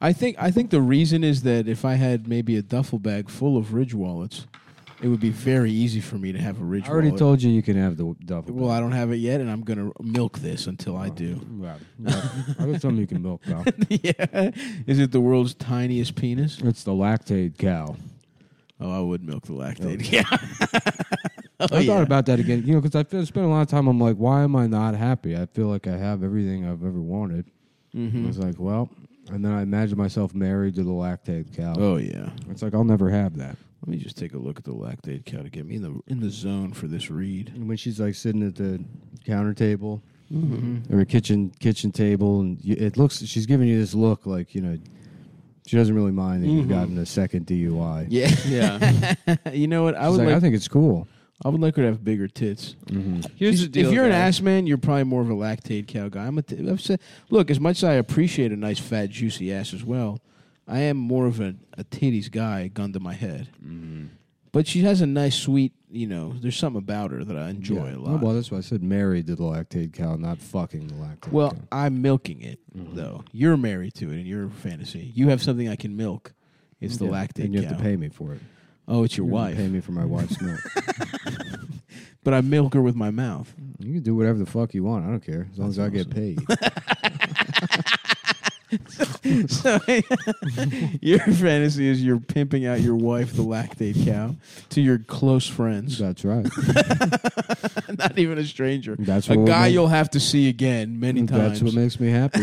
[SPEAKER 3] I think I think the reason is that if I had maybe a duffel bag full of Ridge wallets, it would be very easy for me to have a Ridge.
[SPEAKER 2] I already
[SPEAKER 3] wallet.
[SPEAKER 2] told you you can have the duffel.
[SPEAKER 3] Well, I don't have it yet, and I'm gonna milk this until I do.
[SPEAKER 2] Right. right. I got something you can milk, pal.
[SPEAKER 3] yeah, is it the world's tiniest penis?
[SPEAKER 2] It's the lactate cow.
[SPEAKER 3] Oh, I would milk the lactate. Yeah. oh,
[SPEAKER 2] I
[SPEAKER 3] yeah.
[SPEAKER 2] thought about that again, you know, because I feel, spent a lot of time. I'm like, why am I not happy? I feel like I have everything I've ever wanted.
[SPEAKER 3] Mm-hmm.
[SPEAKER 2] I was like, well, and then I imagined myself married to the lactate cow.
[SPEAKER 3] Oh yeah.
[SPEAKER 2] It's like I'll never have that.
[SPEAKER 3] Let me just take a look at the lactate cow to get me in the in the zone for this read.
[SPEAKER 2] And when she's like sitting at the counter table
[SPEAKER 3] Mm-hmm.
[SPEAKER 1] Mm-hmm.
[SPEAKER 2] or a kitchen kitchen table, and you, it looks she's giving you this look like you know she doesn't really mind that you've gotten a second DUI.
[SPEAKER 3] Mm-hmm. Yeah,
[SPEAKER 1] Yeah.
[SPEAKER 3] you know what? I
[SPEAKER 2] I,
[SPEAKER 3] would like, Mm-hmm.
[SPEAKER 2] I think it's cool.
[SPEAKER 3] I would like her to have bigger tits.
[SPEAKER 1] Here's the
[SPEAKER 3] She's-
[SPEAKER 1] deal.
[SPEAKER 3] if you're an
[SPEAKER 1] guys.
[SPEAKER 3] ass man, you're probably more of a lactate cow guy. I'm a t- I've said, look, as much as I appreciate a nice fat juicy ass as well, I am more of a, a titties guy, gun to my head.
[SPEAKER 2] Mm-hmm.
[SPEAKER 3] But she has a nice, sweet, you know. There's something about her that I enjoy
[SPEAKER 2] Yeah.
[SPEAKER 3] a lot.
[SPEAKER 2] Oh, Well, that's why I said married to the lactate cow, not fucking the lactate
[SPEAKER 3] Well,
[SPEAKER 2] cow.
[SPEAKER 3] I'm milking it though. You're married to it in your fantasy. You have something I can milk. It's the
[SPEAKER 2] Yeah.
[SPEAKER 3] lactate
[SPEAKER 2] And you have
[SPEAKER 3] cow.
[SPEAKER 2] to pay me for it.
[SPEAKER 3] Oh, it's your
[SPEAKER 2] You have to
[SPEAKER 3] wife.
[SPEAKER 2] Pay me for my wife's milk.
[SPEAKER 3] But I milk her with my mouth.
[SPEAKER 2] you can do whatever the fuck you want. I don't care. As long as I get paid.
[SPEAKER 3] So, your fantasy is you're pimping out your wife, the lactate cow, to your close friends,
[SPEAKER 2] That's right.
[SPEAKER 3] not even a stranger,
[SPEAKER 2] That's
[SPEAKER 3] a
[SPEAKER 2] what
[SPEAKER 3] guy
[SPEAKER 2] makes-
[SPEAKER 3] you'll have to see again many
[SPEAKER 2] That's
[SPEAKER 3] times.
[SPEAKER 2] what makes me happy.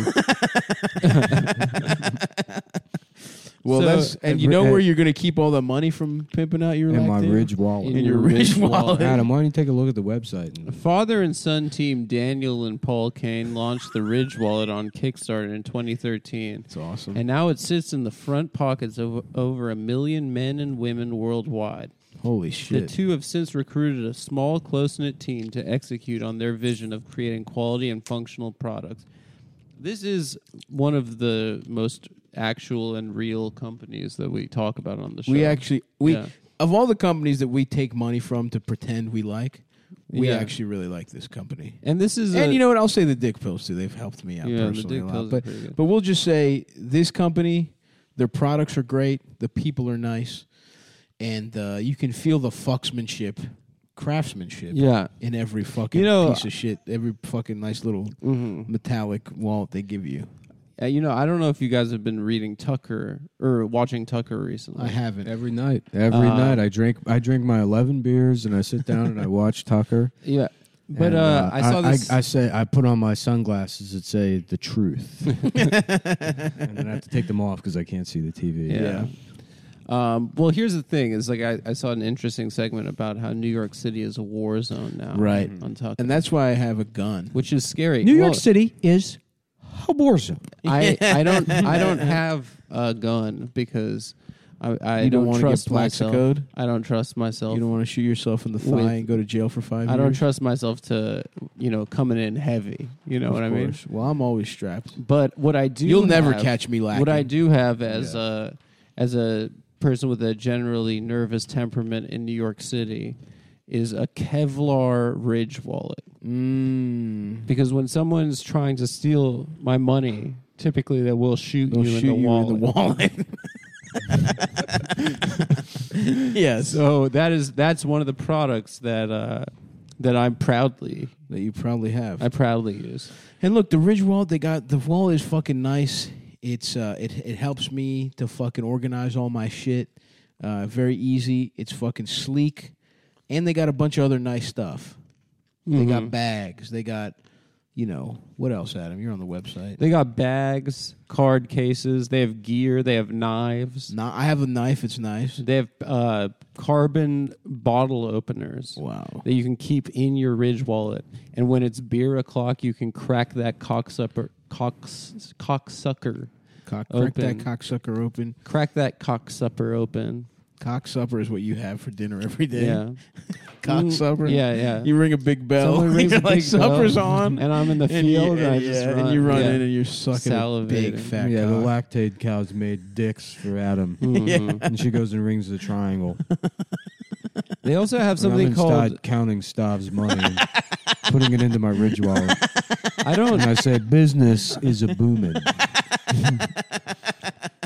[SPEAKER 3] well,
[SPEAKER 1] So-
[SPEAKER 3] that's and you know where you're going to keep all the money from pimping out your
[SPEAKER 2] In
[SPEAKER 3] lactate
[SPEAKER 2] my ridge wallet.
[SPEAKER 1] In
[SPEAKER 3] in your
[SPEAKER 1] Your
[SPEAKER 3] rich
[SPEAKER 1] rich wallet.
[SPEAKER 3] wallet.
[SPEAKER 2] Adam, why don't you take a look at the website? And
[SPEAKER 1] Father and son team Daniel and Paul Kane launched the Ridge Wallet on Kickstarter in 2013.
[SPEAKER 3] It's awesome.
[SPEAKER 1] And now it sits in the front pockets of over a million men and women worldwide.
[SPEAKER 3] Holy
[SPEAKER 1] The
[SPEAKER 3] shit!
[SPEAKER 1] two have since recruited a small, close knit team to execute on their vision of creating quality and functional products. This is one of the most actual and real companies that we talk about on the show.
[SPEAKER 3] We actually we
[SPEAKER 1] Yeah.
[SPEAKER 3] of all the companies that we take money from to pretend we like, we
[SPEAKER 1] Yeah.
[SPEAKER 3] actually really like this company.
[SPEAKER 1] and this is
[SPEAKER 3] And
[SPEAKER 1] a,
[SPEAKER 3] you know what? I'll say the dick pills too. They've helped me out
[SPEAKER 1] Yeah, the
[SPEAKER 3] personally
[SPEAKER 1] dick
[SPEAKER 3] a lot.
[SPEAKER 1] pills are
[SPEAKER 3] but
[SPEAKER 1] pretty good.
[SPEAKER 3] but we'll just say this company, their products are great, the people are nice, and uh, you can feel the fucksmanship, craftsmanship.
[SPEAKER 1] yeah.
[SPEAKER 3] In every fucking
[SPEAKER 1] You know-
[SPEAKER 3] piece of shit, every fucking nice little
[SPEAKER 1] Mm-hmm.
[SPEAKER 3] metallic wallet they give you.
[SPEAKER 1] Uh, you know, I don't know if you guys have been reading Tucker or watching Tucker recently.
[SPEAKER 3] I haven't.
[SPEAKER 2] Every night, every
[SPEAKER 1] Uh,
[SPEAKER 2] night, I drink. I drink my eleven beers, and I sit down and I watch Tucker.
[SPEAKER 1] Yeah, but
[SPEAKER 2] And,
[SPEAKER 1] uh, I saw this.
[SPEAKER 2] I, say I put on my sunglasses that say the truth, and then I have to take them off because I can't see the TV.
[SPEAKER 1] yeah. Um, well, here's the thing: is like I, I saw an interesting segment about how New York City is a war zone now,
[SPEAKER 3] Right.
[SPEAKER 1] On Tucker,
[SPEAKER 3] and that's why I have a gun.
[SPEAKER 1] which is scary.
[SPEAKER 2] New York
[SPEAKER 1] Well,
[SPEAKER 2] City is a war zone.
[SPEAKER 1] I, I don't I don't have a gun because I, I
[SPEAKER 3] you
[SPEAKER 1] don't,
[SPEAKER 3] don't, want to get
[SPEAKER 1] trust myself.
[SPEAKER 3] plaxicoed.
[SPEAKER 1] I don't trust myself.
[SPEAKER 3] You don't want to shoot yourself in the thigh
[SPEAKER 1] With-
[SPEAKER 3] and go to jail for five
[SPEAKER 1] I
[SPEAKER 3] years.
[SPEAKER 1] don't trust myself to, you know, coming in heavy. You know
[SPEAKER 3] Of
[SPEAKER 1] what I mean?
[SPEAKER 3] course. Well, I'm always strapped.
[SPEAKER 1] But what I do
[SPEAKER 3] You'll never
[SPEAKER 1] have-
[SPEAKER 3] catch me lacking.
[SPEAKER 1] What I do have as
[SPEAKER 3] Yeah.
[SPEAKER 1] a as a person with a generally nervous temperament in New York City is a Kevlar ridge wallet.
[SPEAKER 3] Mm.
[SPEAKER 1] Because when someone's trying to steal my money, typically they will shoot
[SPEAKER 3] They'll
[SPEAKER 1] you
[SPEAKER 3] shoot
[SPEAKER 1] in the
[SPEAKER 3] you
[SPEAKER 1] wallet.
[SPEAKER 3] in the wallet. yes.
[SPEAKER 1] So that is that's one of the products that uh, that I'm proudly
[SPEAKER 3] that you probably have.
[SPEAKER 1] I proudly use.
[SPEAKER 3] And look, the Ridge Wall they got the wall is fucking nice. It's uh, it it helps me to fucking organize all my shit. Uh, very easy. It's fucking sleek, and they got a bunch of other nice stuff. They got bags. They got, you know, what else, Adam? You're on the website.
[SPEAKER 1] They got bags, card cases. They have gear. They have knives.
[SPEAKER 3] Now I have a knife. It's nice.
[SPEAKER 1] They have uh, carbon bottle openers
[SPEAKER 3] Wow.
[SPEAKER 1] that you can keep in your Ridge wallet. And when it's beer o'clock, you can crack that cocksucker, cocks, cocksucker,
[SPEAKER 3] Cock, crack that
[SPEAKER 1] Open.
[SPEAKER 3] cocksucker open.
[SPEAKER 1] crack that cocksucker open.
[SPEAKER 3] Cocksupper is what you have for dinner every day.
[SPEAKER 1] Yeah,
[SPEAKER 3] Cocksupper.
[SPEAKER 1] Yeah, yeah.
[SPEAKER 3] You ring a big bell.
[SPEAKER 1] Someone rings
[SPEAKER 3] You're
[SPEAKER 1] a
[SPEAKER 3] like
[SPEAKER 1] big bell,
[SPEAKER 3] supper's on.
[SPEAKER 1] and I'm in the
[SPEAKER 3] and you,
[SPEAKER 1] field, and, I
[SPEAKER 3] and,
[SPEAKER 1] just
[SPEAKER 3] yeah,
[SPEAKER 1] run.
[SPEAKER 3] and you run
[SPEAKER 1] Yeah.
[SPEAKER 3] in and you're sucking a big
[SPEAKER 1] Salivating.
[SPEAKER 3] fat
[SPEAKER 2] yeah, the
[SPEAKER 3] cock.
[SPEAKER 2] lactate cows made dicks for Adam.
[SPEAKER 1] Mm-hmm.
[SPEAKER 2] And she goes and rings the triangle.
[SPEAKER 1] They also have
[SPEAKER 2] I'm
[SPEAKER 1] something called
[SPEAKER 2] inside counting Stav's money, and putting it into my ridge wallet,
[SPEAKER 1] I don't
[SPEAKER 2] and I say business is a booming.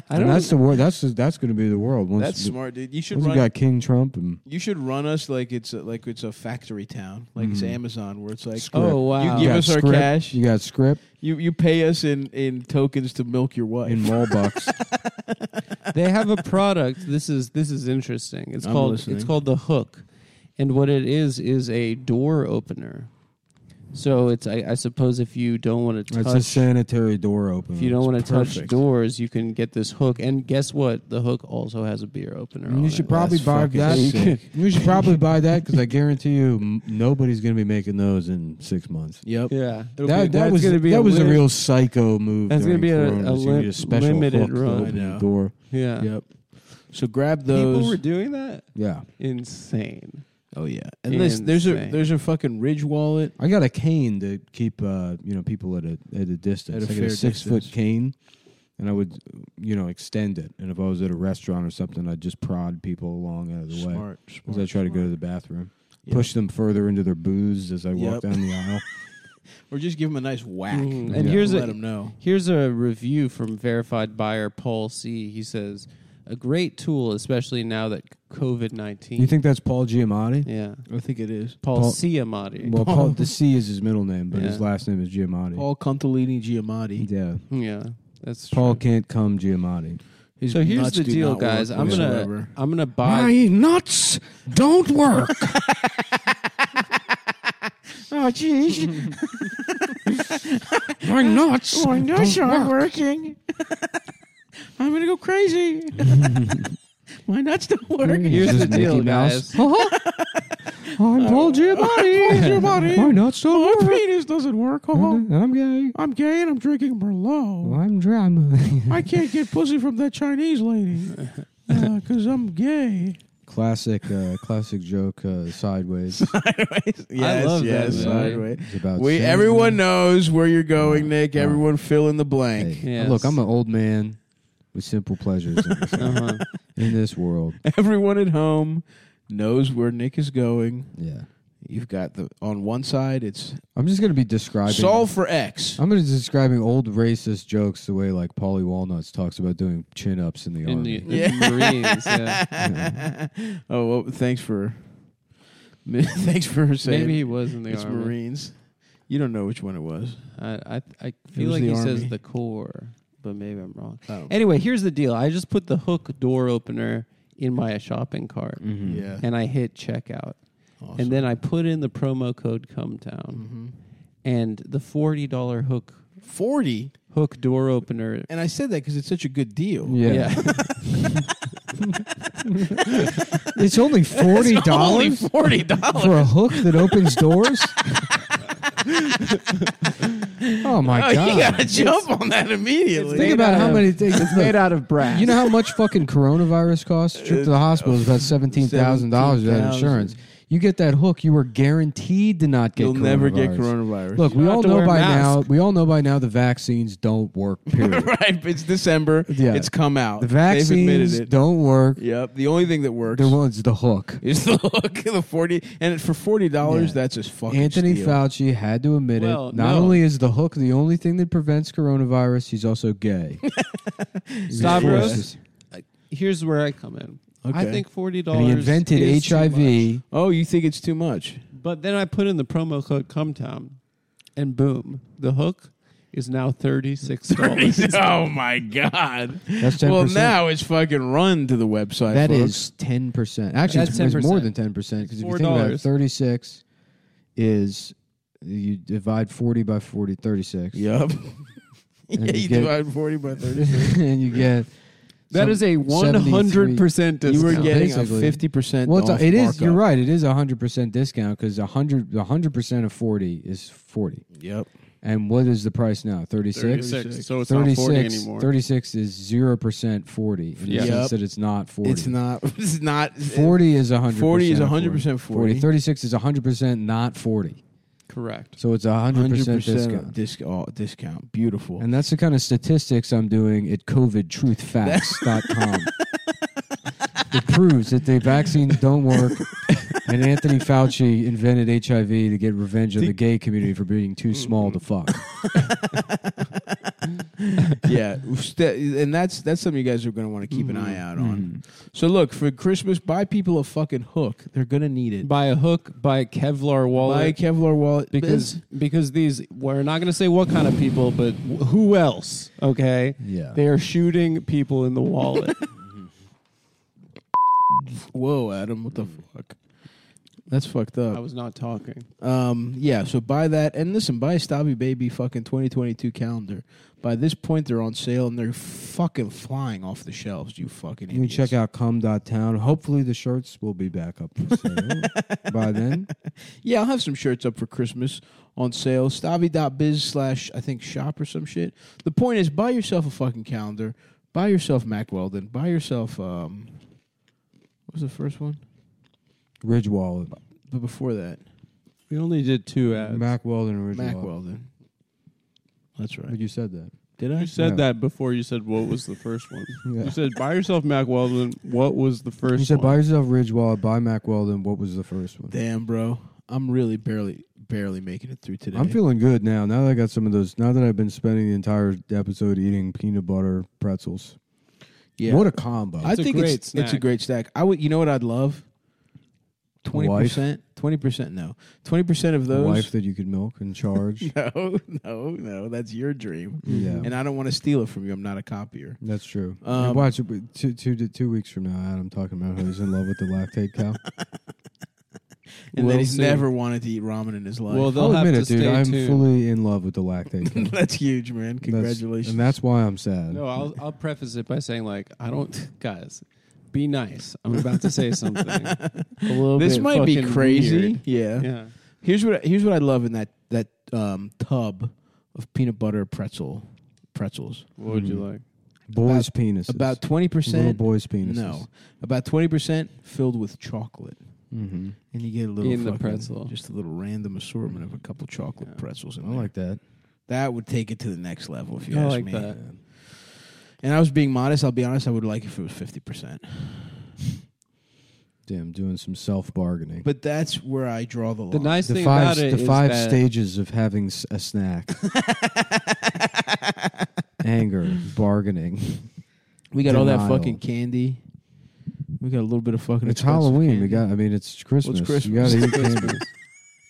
[SPEAKER 1] I
[SPEAKER 2] and
[SPEAKER 1] don't
[SPEAKER 2] that's the world. That's the, that's going to be the world. Once
[SPEAKER 3] That's
[SPEAKER 2] the-
[SPEAKER 3] smart, dude. You should
[SPEAKER 2] Once you
[SPEAKER 3] run.
[SPEAKER 2] got King Trump and
[SPEAKER 3] you should run us like it's a, like it's a factory town, like it's
[SPEAKER 1] Mm-hmm.
[SPEAKER 3] Amazon, where it's like
[SPEAKER 2] Script.
[SPEAKER 1] Oh wow.
[SPEAKER 3] You give
[SPEAKER 2] got
[SPEAKER 3] us our
[SPEAKER 2] script,
[SPEAKER 3] cash.
[SPEAKER 2] You got script
[SPEAKER 3] you you pay us in in tokens to milk your wife.
[SPEAKER 2] in Malbucks.
[SPEAKER 1] they have a product. This is this is interesting. It's
[SPEAKER 3] I'm
[SPEAKER 1] called
[SPEAKER 3] listening.
[SPEAKER 1] it's called the hook, and what it is is a door opener. So it's I, I suppose if you don't want to
[SPEAKER 2] That's a
[SPEAKER 1] touch
[SPEAKER 2] sanitary door open.
[SPEAKER 1] if you don't want to touch
[SPEAKER 3] perfect.
[SPEAKER 1] doors, you can get this hook. And guess what? The hook also has a beer opener. on
[SPEAKER 2] You should
[SPEAKER 1] it.
[SPEAKER 2] probably
[SPEAKER 3] That's
[SPEAKER 2] buy
[SPEAKER 3] fucking
[SPEAKER 2] that.
[SPEAKER 3] sick.
[SPEAKER 2] You should probably buy that because I guarantee you, m- nobody's going to be making those in six months.
[SPEAKER 3] Yep.
[SPEAKER 1] yeah.
[SPEAKER 2] that,
[SPEAKER 3] It'll be-
[SPEAKER 2] that
[SPEAKER 1] that's
[SPEAKER 2] was
[SPEAKER 1] gonna be
[SPEAKER 2] that
[SPEAKER 1] a
[SPEAKER 2] was a
[SPEAKER 1] lim-
[SPEAKER 2] real psycho move.
[SPEAKER 1] That's gonna
[SPEAKER 2] during
[SPEAKER 1] be a-
[SPEAKER 2] Corona,
[SPEAKER 1] a
[SPEAKER 2] was you need
[SPEAKER 1] lim-
[SPEAKER 2] special
[SPEAKER 1] limited
[SPEAKER 2] hook to
[SPEAKER 1] run.
[SPEAKER 2] open
[SPEAKER 3] I
[SPEAKER 2] the
[SPEAKER 3] know.
[SPEAKER 2] door.
[SPEAKER 1] Yeah.
[SPEAKER 3] Yep. So grab
[SPEAKER 1] People
[SPEAKER 3] those.
[SPEAKER 1] were doing that.
[SPEAKER 2] Yeah,
[SPEAKER 1] Insane.
[SPEAKER 3] oh yeah. And this, there's a
[SPEAKER 1] Insane.
[SPEAKER 3] there's a fucking Ridge wallet.
[SPEAKER 2] I got a cane to keep uh, you know people at a at a distance.
[SPEAKER 3] At a
[SPEAKER 2] I got
[SPEAKER 3] fair
[SPEAKER 2] a six
[SPEAKER 3] distance.
[SPEAKER 2] foot cane, and I would you know extend it. And if I was at a restaurant or something, I'd just prod people along out of the way
[SPEAKER 3] Smart.
[SPEAKER 2] as
[SPEAKER 3] smart
[SPEAKER 2] I try to go to
[SPEAKER 3] smart.
[SPEAKER 2] the bathroom,
[SPEAKER 3] Yep.
[SPEAKER 2] push them further into their booths as I
[SPEAKER 3] Yep.
[SPEAKER 2] walk down the aisle.
[SPEAKER 3] or just give them a nice whack.
[SPEAKER 1] Mm,
[SPEAKER 2] Mm-hmm. and
[SPEAKER 1] here's
[SPEAKER 3] let
[SPEAKER 1] a-
[SPEAKER 3] them know.
[SPEAKER 1] Here's a review from verified buyer Paul C. He says, "A great tool, especially now that COVID nineteen.
[SPEAKER 2] You think that's Paul Giamatti?
[SPEAKER 1] Yeah.
[SPEAKER 3] I think it is
[SPEAKER 1] Paul,
[SPEAKER 2] Paul-
[SPEAKER 1] Ciamatti.
[SPEAKER 2] Well, Paul, the C is his middle name, but his
[SPEAKER 1] Yeah. E.
[SPEAKER 2] last name is Giamatti.
[SPEAKER 3] Paul Contalini Giamatti.
[SPEAKER 2] yeah,
[SPEAKER 1] yeah, that's
[SPEAKER 2] Paul
[SPEAKER 1] True.
[SPEAKER 2] can't come Giamatti.
[SPEAKER 3] His
[SPEAKER 1] So here's
[SPEAKER 3] nuts
[SPEAKER 1] the
[SPEAKER 3] do
[SPEAKER 1] deal,
[SPEAKER 3] not
[SPEAKER 1] guys.
[SPEAKER 3] work
[SPEAKER 1] I'm gonna
[SPEAKER 3] whatsoever.
[SPEAKER 1] I'm gonna buy.
[SPEAKER 2] nuts don't work. oh, jeez. My
[SPEAKER 3] Oh,
[SPEAKER 2] nuts. My nuts aren't working.
[SPEAKER 3] I'm gonna go crazy. My nuts don't work.
[SPEAKER 2] Mm-hmm.
[SPEAKER 1] Here's the deal, guys.
[SPEAKER 2] I'm Paul
[SPEAKER 3] Oh,
[SPEAKER 2] Giamatti.
[SPEAKER 3] Giamatti.
[SPEAKER 2] My nuts don't work. Mm-hmm.
[SPEAKER 3] penis doesn't work.
[SPEAKER 2] And I'm gay.
[SPEAKER 3] I'm gay and I'm drinking Merlot.
[SPEAKER 2] I'm drama.
[SPEAKER 3] I can't get pussy from that Chinese lady because I'm gay.
[SPEAKER 2] classic, uh, classic joke. Uh, sideways.
[SPEAKER 3] Sideways. Yes,
[SPEAKER 1] love that
[SPEAKER 3] yes,
[SPEAKER 1] movie.
[SPEAKER 3] sideways.
[SPEAKER 2] It's about
[SPEAKER 3] We,
[SPEAKER 2] Sandman.
[SPEAKER 3] everyone knows where you're going, Nick.
[SPEAKER 2] Yeah.
[SPEAKER 3] Everyone fill in the blank.
[SPEAKER 2] Hey,
[SPEAKER 1] Yes.
[SPEAKER 2] Look, I'm an old man with simple pleasures in this,
[SPEAKER 1] Uh-huh.
[SPEAKER 2] in this world.
[SPEAKER 3] Everyone at home knows where Nick is going.
[SPEAKER 2] Yeah.
[SPEAKER 3] You've got the on one side it's
[SPEAKER 2] I'm just gonna be describing.
[SPEAKER 3] solve for X.
[SPEAKER 2] I'm gonna be describing old racist jokes the way like Polly Walnuts talks about doing chin ups in the
[SPEAKER 1] In the,
[SPEAKER 2] army.
[SPEAKER 1] in the Marines, yeah.
[SPEAKER 3] oh, well, thanks for thanks for saying
[SPEAKER 1] Maybe he was in the
[SPEAKER 3] it's
[SPEAKER 1] army.
[SPEAKER 3] Marines. You don't know which one it was.
[SPEAKER 1] I, I I
[SPEAKER 3] was
[SPEAKER 1] feel like
[SPEAKER 3] the
[SPEAKER 1] he
[SPEAKER 3] army.
[SPEAKER 1] says the core, but maybe I'm wrong.
[SPEAKER 3] Oh,
[SPEAKER 1] Anyway, here's the deal. I just put the hook door opener in my shopping cart,
[SPEAKER 2] Mhm.
[SPEAKER 3] yeah.
[SPEAKER 1] and I hit checkout,
[SPEAKER 3] Awesome. Mm-hmm.
[SPEAKER 1] and then um, I put in the promo code ComeTown, and the forty dollar hook
[SPEAKER 3] forty,
[SPEAKER 1] hook door opener.
[SPEAKER 3] and I said that because it's such a good deal.
[SPEAKER 2] Yeah. it's only forty
[SPEAKER 3] Only
[SPEAKER 2] dollars
[SPEAKER 3] forty dollars.
[SPEAKER 2] for a hook that opens doors. oh, Oh my
[SPEAKER 3] oh,
[SPEAKER 2] god!
[SPEAKER 3] you gotta jump on that immediately.
[SPEAKER 2] Think about how many things.
[SPEAKER 4] It's made out of brass.
[SPEAKER 2] You know how much fucking coronavirus costs? Trip to the hospital is about seventeen thousand dollars without insurance. You get that hook, you are guaranteed to not get.
[SPEAKER 3] You'll never get
[SPEAKER 2] coronavirus.
[SPEAKER 3] coronavirus.
[SPEAKER 2] Look,
[SPEAKER 1] You
[SPEAKER 2] we
[SPEAKER 1] don't have
[SPEAKER 2] all
[SPEAKER 1] to
[SPEAKER 2] know
[SPEAKER 1] wear a
[SPEAKER 2] by now.
[SPEAKER 1] mask.
[SPEAKER 2] We all know by now the vaccines don't work. Period.
[SPEAKER 3] right? It's December.
[SPEAKER 2] Yeah.
[SPEAKER 3] It's come out.
[SPEAKER 2] the
[SPEAKER 3] They've admitted
[SPEAKER 2] vaccines
[SPEAKER 3] it.
[SPEAKER 2] don't work.
[SPEAKER 3] Yep. The only thing that works
[SPEAKER 2] The one's the hook.
[SPEAKER 3] is the hook. The forty and for forty dollars,
[SPEAKER 2] Yeah.
[SPEAKER 3] that's just fucking.
[SPEAKER 2] Anthony
[SPEAKER 3] steal.
[SPEAKER 2] Fauci had to admit
[SPEAKER 1] Well,
[SPEAKER 2] it. Not
[SPEAKER 1] no.
[SPEAKER 2] only is the hook the only thing that prevents coronavirus, he's also gay. He's
[SPEAKER 1] Stavros?
[SPEAKER 2] forced to-
[SPEAKER 1] Here's where I come in. I
[SPEAKER 3] Okay.
[SPEAKER 1] think forty dollars.
[SPEAKER 2] And he invented HIV.
[SPEAKER 3] Oh, you think it's too much?
[SPEAKER 1] But then I put in the promo code Cumtown, and boom, the hook is now thirty six dollars.
[SPEAKER 3] oh my god.
[SPEAKER 2] That's 10%.
[SPEAKER 3] Well, now it's fucking run to the website.
[SPEAKER 2] That
[SPEAKER 3] folks.
[SPEAKER 2] is ten percent. Actually,
[SPEAKER 1] That's
[SPEAKER 2] it's, it's more
[SPEAKER 1] 10%.
[SPEAKER 2] than ten percent because if you think about it,
[SPEAKER 1] $4.
[SPEAKER 2] thirty-six is you divide forty by 40, 36.
[SPEAKER 3] Yep. yeah,
[SPEAKER 2] you
[SPEAKER 3] you
[SPEAKER 2] get-
[SPEAKER 3] divide forty by thirty.
[SPEAKER 2] and you get
[SPEAKER 1] That
[SPEAKER 2] some-
[SPEAKER 1] is a one hundred percent
[SPEAKER 3] You
[SPEAKER 1] discount.
[SPEAKER 3] were getting
[SPEAKER 2] Basically.
[SPEAKER 3] a fifty percent.
[SPEAKER 2] Well, it's a, it is. You're right. It is a hundred percent discount because a hundred, a hundred percent of forty is forty.
[SPEAKER 3] Yep.
[SPEAKER 2] And what is the price now? Thirty-six.
[SPEAKER 1] 36, so it's not 40
[SPEAKER 2] 36,
[SPEAKER 1] anymore.
[SPEAKER 2] 36 is 0% 40 in
[SPEAKER 1] Yeah.
[SPEAKER 2] the sense
[SPEAKER 3] Yep.
[SPEAKER 2] that it's not 40.
[SPEAKER 3] It's not. It's not.
[SPEAKER 2] 40 is 100%.
[SPEAKER 3] 40 is
[SPEAKER 2] 100%
[SPEAKER 3] 100% 40.
[SPEAKER 2] 36 is 100% not 40.
[SPEAKER 1] Correct.
[SPEAKER 2] So it's a 100%,
[SPEAKER 3] of
[SPEAKER 2] discount.
[SPEAKER 3] disc- oh, discount. Beautiful.
[SPEAKER 2] And that's the kind of statistics I'm doing at covidtruthfacts.com. it proves that the vaccines don't work and Anthony Fauci invented HIV to get revenge on the gay community for being too small to fuck.
[SPEAKER 3] yeah, st- and that's that's something you guys are going to want to keep an
[SPEAKER 2] Mm-hmm.
[SPEAKER 3] eye out on. So look for Christmas, buy people a fucking hook. They're going to need it.
[SPEAKER 1] By a hook, by a Kevlar wallet.
[SPEAKER 3] Buy a Kevlar wallet
[SPEAKER 1] because because these we're not going to say what kind of people, but wh- who else? Okay,
[SPEAKER 2] Yeah.
[SPEAKER 1] they are shooting people in the wallet.
[SPEAKER 3] Whoa, Adam, what the
[SPEAKER 2] Mm.
[SPEAKER 3] fuck? That's fucked
[SPEAKER 1] I
[SPEAKER 3] up.
[SPEAKER 1] was not talking.
[SPEAKER 3] Um, yeah, so buy that and listen, buy a Stabby Baby fucking 2022 calendar. By this point, they're on sale and they're fucking flying off the shelves. You fucking
[SPEAKER 2] You can
[SPEAKER 3] idiots.
[SPEAKER 2] check out cum.town. Hopefully the shirts will be back up for sale by then.
[SPEAKER 3] Yeah, I'll have some shirts up for Christmas on sale. Stavi.biz slash, I think, shop or some shit. The point is, buy yourself a fucking calendar. Buy yourself Mac Weldon. Buy yourself, um, what was the first one?
[SPEAKER 2] Ridge Wallet.
[SPEAKER 3] But before that,
[SPEAKER 1] We only did two ads.
[SPEAKER 2] Mac Weldon and Ridge
[SPEAKER 3] Mac
[SPEAKER 2] Wallet.
[SPEAKER 3] Weldon. That's
[SPEAKER 2] But
[SPEAKER 3] right.
[SPEAKER 2] you said that.
[SPEAKER 3] Did I?
[SPEAKER 1] You said
[SPEAKER 2] Yeah.
[SPEAKER 1] that before you said what was the first one.
[SPEAKER 2] Yeah.
[SPEAKER 1] You said buy yourself Mac Weldon. What was the first?
[SPEAKER 2] You said
[SPEAKER 1] one?
[SPEAKER 2] buy yourself Ridge Wallet, buy Mac Weldon. What was the first one?
[SPEAKER 3] Damn, bro. I'm really barely, barely making it through today.
[SPEAKER 2] I'm feeling good now. Now that I got some of those, now that I've been spending the entire episode eating peanut butter pretzels.
[SPEAKER 3] yeah.
[SPEAKER 2] What a combo.
[SPEAKER 3] I
[SPEAKER 1] It's a
[SPEAKER 3] think
[SPEAKER 1] great
[SPEAKER 3] it's it's a
[SPEAKER 1] snack.
[SPEAKER 3] great stack. I would, you know what I'd love? Twenty
[SPEAKER 2] wife?
[SPEAKER 3] percent, twenty percent. No, twenty percent of
[SPEAKER 2] a
[SPEAKER 3] those.
[SPEAKER 2] wife that you could milk and charge.
[SPEAKER 3] No, no, no. That's your dream.
[SPEAKER 2] yeah.
[SPEAKER 3] And I don't want to steal it from you. I'm not a copier.
[SPEAKER 2] That's true.
[SPEAKER 3] Um,
[SPEAKER 2] Watch it but two, two, two, two weeks from now, Adam talking about how he's in love with the lactate cow.
[SPEAKER 3] And
[SPEAKER 1] We'll
[SPEAKER 3] then he's
[SPEAKER 1] see.
[SPEAKER 3] never wanted to eat ramen in his life.
[SPEAKER 1] Well, they'll
[SPEAKER 2] I'll
[SPEAKER 1] have
[SPEAKER 2] admit
[SPEAKER 1] to
[SPEAKER 2] it, dude.
[SPEAKER 1] stay
[SPEAKER 2] I'm
[SPEAKER 1] tuned.
[SPEAKER 2] fully in love with the lactate cow.
[SPEAKER 3] that's huge, man.
[SPEAKER 2] That's-
[SPEAKER 3] Congratulations.
[SPEAKER 2] and that's why I'm sad.
[SPEAKER 1] No, I'll I'll preface it by saying like I don't, guys. Be nice. I'm about to say something. a little
[SPEAKER 3] this
[SPEAKER 1] bit
[SPEAKER 3] might be
[SPEAKER 1] fucking
[SPEAKER 3] crazy.
[SPEAKER 1] weird.
[SPEAKER 3] Yeah.
[SPEAKER 1] Yeah.
[SPEAKER 3] Here's what here's what I love in that that um, tub of peanut butter pretzel pretzels.
[SPEAKER 1] What would you like?
[SPEAKER 2] boys' penises.
[SPEAKER 3] About twenty
[SPEAKER 2] little
[SPEAKER 3] percent.
[SPEAKER 2] boys' penises.
[SPEAKER 3] No, about twenty percent filled with chocolate,
[SPEAKER 2] hmm
[SPEAKER 3] and you get a little
[SPEAKER 1] In the
[SPEAKER 3] fucking-
[SPEAKER 1] pretzel.
[SPEAKER 3] just a little random assortment of a couple chocolate
[SPEAKER 1] Yeah.
[SPEAKER 3] pretzels. In
[SPEAKER 2] I
[SPEAKER 3] there.
[SPEAKER 2] like that.
[SPEAKER 3] that would take it to the next level if you
[SPEAKER 1] I
[SPEAKER 3] ask
[SPEAKER 1] like
[SPEAKER 3] me.
[SPEAKER 1] that.
[SPEAKER 3] And I was being modest. I'll be honest. I would like if it was fifty percent.
[SPEAKER 2] Damn, doing some self bargaining.
[SPEAKER 3] But that's where I draw the line.
[SPEAKER 1] The nice
[SPEAKER 2] the
[SPEAKER 1] thing
[SPEAKER 2] five,
[SPEAKER 1] about it
[SPEAKER 2] the
[SPEAKER 1] is
[SPEAKER 2] five
[SPEAKER 1] that
[SPEAKER 2] stages of having s- a snack: anger, bargaining.
[SPEAKER 3] we got all that
[SPEAKER 2] Denial.
[SPEAKER 3] fucking candy. We got a little bit of fucking.
[SPEAKER 2] it's
[SPEAKER 3] expensive
[SPEAKER 2] Halloween.
[SPEAKER 3] candy.
[SPEAKER 2] We got. I mean, it's Christmas. You
[SPEAKER 3] Christmas.
[SPEAKER 2] gotta eat candy.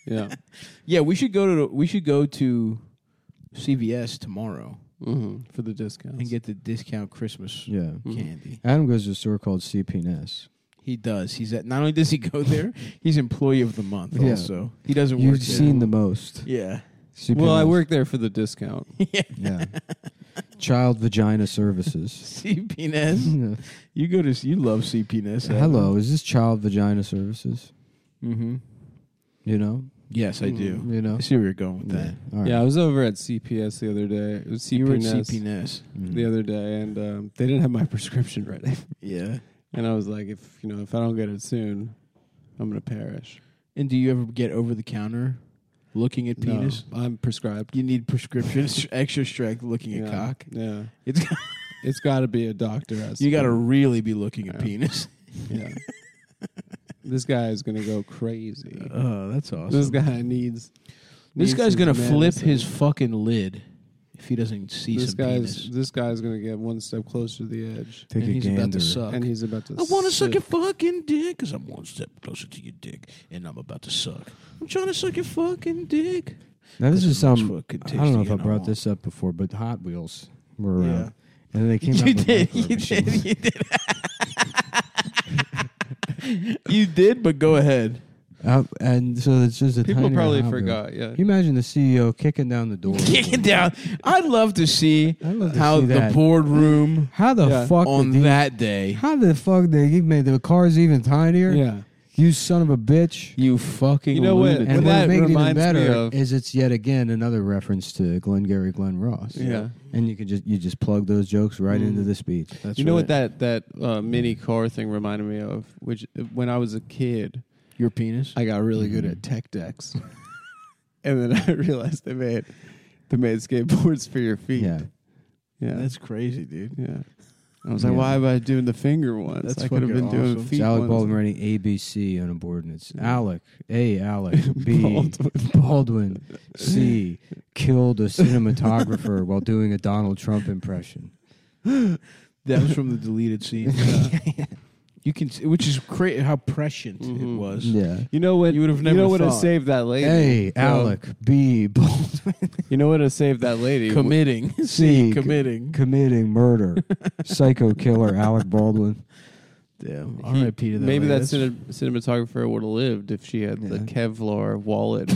[SPEAKER 1] yeah.
[SPEAKER 3] Yeah, we should go to we should go to CVS tomorrow
[SPEAKER 1] hmm for the discounts.
[SPEAKER 3] and get the discount Christmas
[SPEAKER 2] yeah.
[SPEAKER 1] Mhm.
[SPEAKER 3] candy.
[SPEAKER 2] Adam goes to a store called CPNS.
[SPEAKER 3] He does. He's at, not only does he go there, he's employee of the month.
[SPEAKER 2] Yeah.
[SPEAKER 3] Also, he doesn't work.
[SPEAKER 2] You've
[SPEAKER 3] there.
[SPEAKER 2] seen the most.
[SPEAKER 3] Yeah.
[SPEAKER 2] CP
[SPEAKER 1] well, I
[SPEAKER 2] Ness.
[SPEAKER 1] work there for the discount.
[SPEAKER 2] Yeah. Child vagina services.
[SPEAKER 3] CPNS.
[SPEAKER 2] Yeah.
[SPEAKER 3] You go to you love CPNS.
[SPEAKER 2] Hello, is this child vagina services?
[SPEAKER 3] Mm-hmm.
[SPEAKER 2] You know,
[SPEAKER 3] Yes, I do.
[SPEAKER 4] You know.
[SPEAKER 3] I see where you're going with that.
[SPEAKER 4] All right.
[SPEAKER 1] Mm. Yeah, I was over at CPS the other day. It was CPS
[SPEAKER 3] You were at CPNS.
[SPEAKER 2] Mm.
[SPEAKER 1] the other day, and um, they didn't have my prescription ready.
[SPEAKER 3] Yeah.
[SPEAKER 1] And I was like, if you know, if I don't get it soon, I'm gonna perish.
[SPEAKER 3] And do you ever get over the counter looking at
[SPEAKER 1] No,
[SPEAKER 3] penis?
[SPEAKER 1] I'm prescribed.
[SPEAKER 3] You need prescriptions, extra strength looking
[SPEAKER 1] yeah.
[SPEAKER 3] at cock.
[SPEAKER 1] Yeah,
[SPEAKER 3] It's
[SPEAKER 1] it's got to be a doctor. has
[SPEAKER 3] you got to
[SPEAKER 1] do
[SPEAKER 3] really be looking at
[SPEAKER 1] Yeah.
[SPEAKER 3] penis.
[SPEAKER 1] it. Yeah. this guy is gonna go crazy.
[SPEAKER 3] Oh, that's awesome.
[SPEAKER 1] This guy needs.
[SPEAKER 3] This
[SPEAKER 1] needs
[SPEAKER 3] guy's
[SPEAKER 1] some
[SPEAKER 3] gonna flip
[SPEAKER 1] medicine.
[SPEAKER 3] his fucking lid if he doesn't see
[SPEAKER 1] This
[SPEAKER 3] some
[SPEAKER 1] guy's
[SPEAKER 3] penis.
[SPEAKER 1] this guy's gonna get one step closer to the edge,
[SPEAKER 2] Take
[SPEAKER 3] and
[SPEAKER 2] a
[SPEAKER 3] he's
[SPEAKER 2] gander.
[SPEAKER 3] about to suck.
[SPEAKER 1] and he's about to.
[SPEAKER 3] I want to suck your fucking dick because I'm one step closer to your dick, and I'm about to suck. I'm trying to suck your fucking dick.
[SPEAKER 2] Now this is
[SPEAKER 3] That's
[SPEAKER 2] some.
[SPEAKER 3] fucking
[SPEAKER 2] I don't know
[SPEAKER 3] tasty
[SPEAKER 2] if I
[SPEAKER 3] and I
[SPEAKER 2] brought
[SPEAKER 3] want-
[SPEAKER 2] this up before, but Hot Wheels were
[SPEAKER 3] Yeah.
[SPEAKER 2] around, and they came out.
[SPEAKER 3] You
[SPEAKER 2] with
[SPEAKER 3] did,
[SPEAKER 2] micro
[SPEAKER 3] you
[SPEAKER 2] machines.
[SPEAKER 3] did, you did. you did, but go ahead.
[SPEAKER 2] Uh, and so it's just a
[SPEAKER 1] People
[SPEAKER 2] tinier
[SPEAKER 1] probably
[SPEAKER 2] Hot Wheel.
[SPEAKER 1] forgot. Yeah,
[SPEAKER 2] Can you imagine the CEO kicking down the door?
[SPEAKER 3] Kick it down. I'd love to see
[SPEAKER 2] I'd love to
[SPEAKER 3] how
[SPEAKER 2] see
[SPEAKER 3] the
[SPEAKER 2] that.
[SPEAKER 3] boardroom
[SPEAKER 2] How the
[SPEAKER 1] Yeah,
[SPEAKER 2] fuck
[SPEAKER 3] on
[SPEAKER 2] did these-
[SPEAKER 3] that day.
[SPEAKER 2] How the fuck did you make the cars even tinier?
[SPEAKER 1] yeah.
[SPEAKER 2] You son of a bitch.
[SPEAKER 3] You fucking
[SPEAKER 1] You know what?
[SPEAKER 3] lunatic.
[SPEAKER 2] And
[SPEAKER 1] Well,
[SPEAKER 2] what
[SPEAKER 1] that
[SPEAKER 2] makes it even
[SPEAKER 1] reminds me
[SPEAKER 2] better
[SPEAKER 1] of-
[SPEAKER 2] is it's yet again another reference to Glengarry Glenn Ross.
[SPEAKER 1] Yeah. Mm.
[SPEAKER 2] And you can just you just plug those jokes right into the speech.
[SPEAKER 3] That's
[SPEAKER 1] you know what
[SPEAKER 3] right.
[SPEAKER 1] that that uh, mini car thing reminded me of? Which uh, when I was a kid,
[SPEAKER 3] Your penis.
[SPEAKER 1] I got really good at tech decks, and then I realized they made they made skateboards for your feet.
[SPEAKER 2] Yeah.
[SPEAKER 1] yeah,
[SPEAKER 3] That's crazy, dude.
[SPEAKER 1] yeah. I was like,
[SPEAKER 2] Yeah.
[SPEAKER 1] why am I doing the finger ones?
[SPEAKER 3] That's
[SPEAKER 1] I could have been
[SPEAKER 3] fucking
[SPEAKER 1] doing
[SPEAKER 3] awesome.
[SPEAKER 1] feet
[SPEAKER 2] It's Alec
[SPEAKER 1] ones.
[SPEAKER 2] Baldwin writing A B C on a board and it's Alec, A Alec, B
[SPEAKER 1] Baldwin.
[SPEAKER 2] Baldwin. C killed a cinematographer while doing a Donald Trump impression.
[SPEAKER 3] That was from the deleted scene. You can, s- which is crazy how prescient
[SPEAKER 1] Mhm.
[SPEAKER 3] it was.
[SPEAKER 2] Yeah.
[SPEAKER 1] You know what?
[SPEAKER 3] You would've never
[SPEAKER 1] You know what
[SPEAKER 3] thought.
[SPEAKER 1] saved that lady?
[SPEAKER 2] A
[SPEAKER 3] um,
[SPEAKER 1] bro?
[SPEAKER 2] Alec, B Baldwin.
[SPEAKER 1] You know what have saved that lady?
[SPEAKER 3] Committing,
[SPEAKER 2] See,
[SPEAKER 3] committing.
[SPEAKER 2] committing murder, psycho killer Alec Baldwin.
[SPEAKER 3] Damn.
[SPEAKER 1] He-
[SPEAKER 3] R.I.P. to that.
[SPEAKER 1] Maybe
[SPEAKER 3] lady.
[SPEAKER 1] that cine- cinematographer would have lived if she had the
[SPEAKER 2] Yeah.
[SPEAKER 1] Kevlar wallet.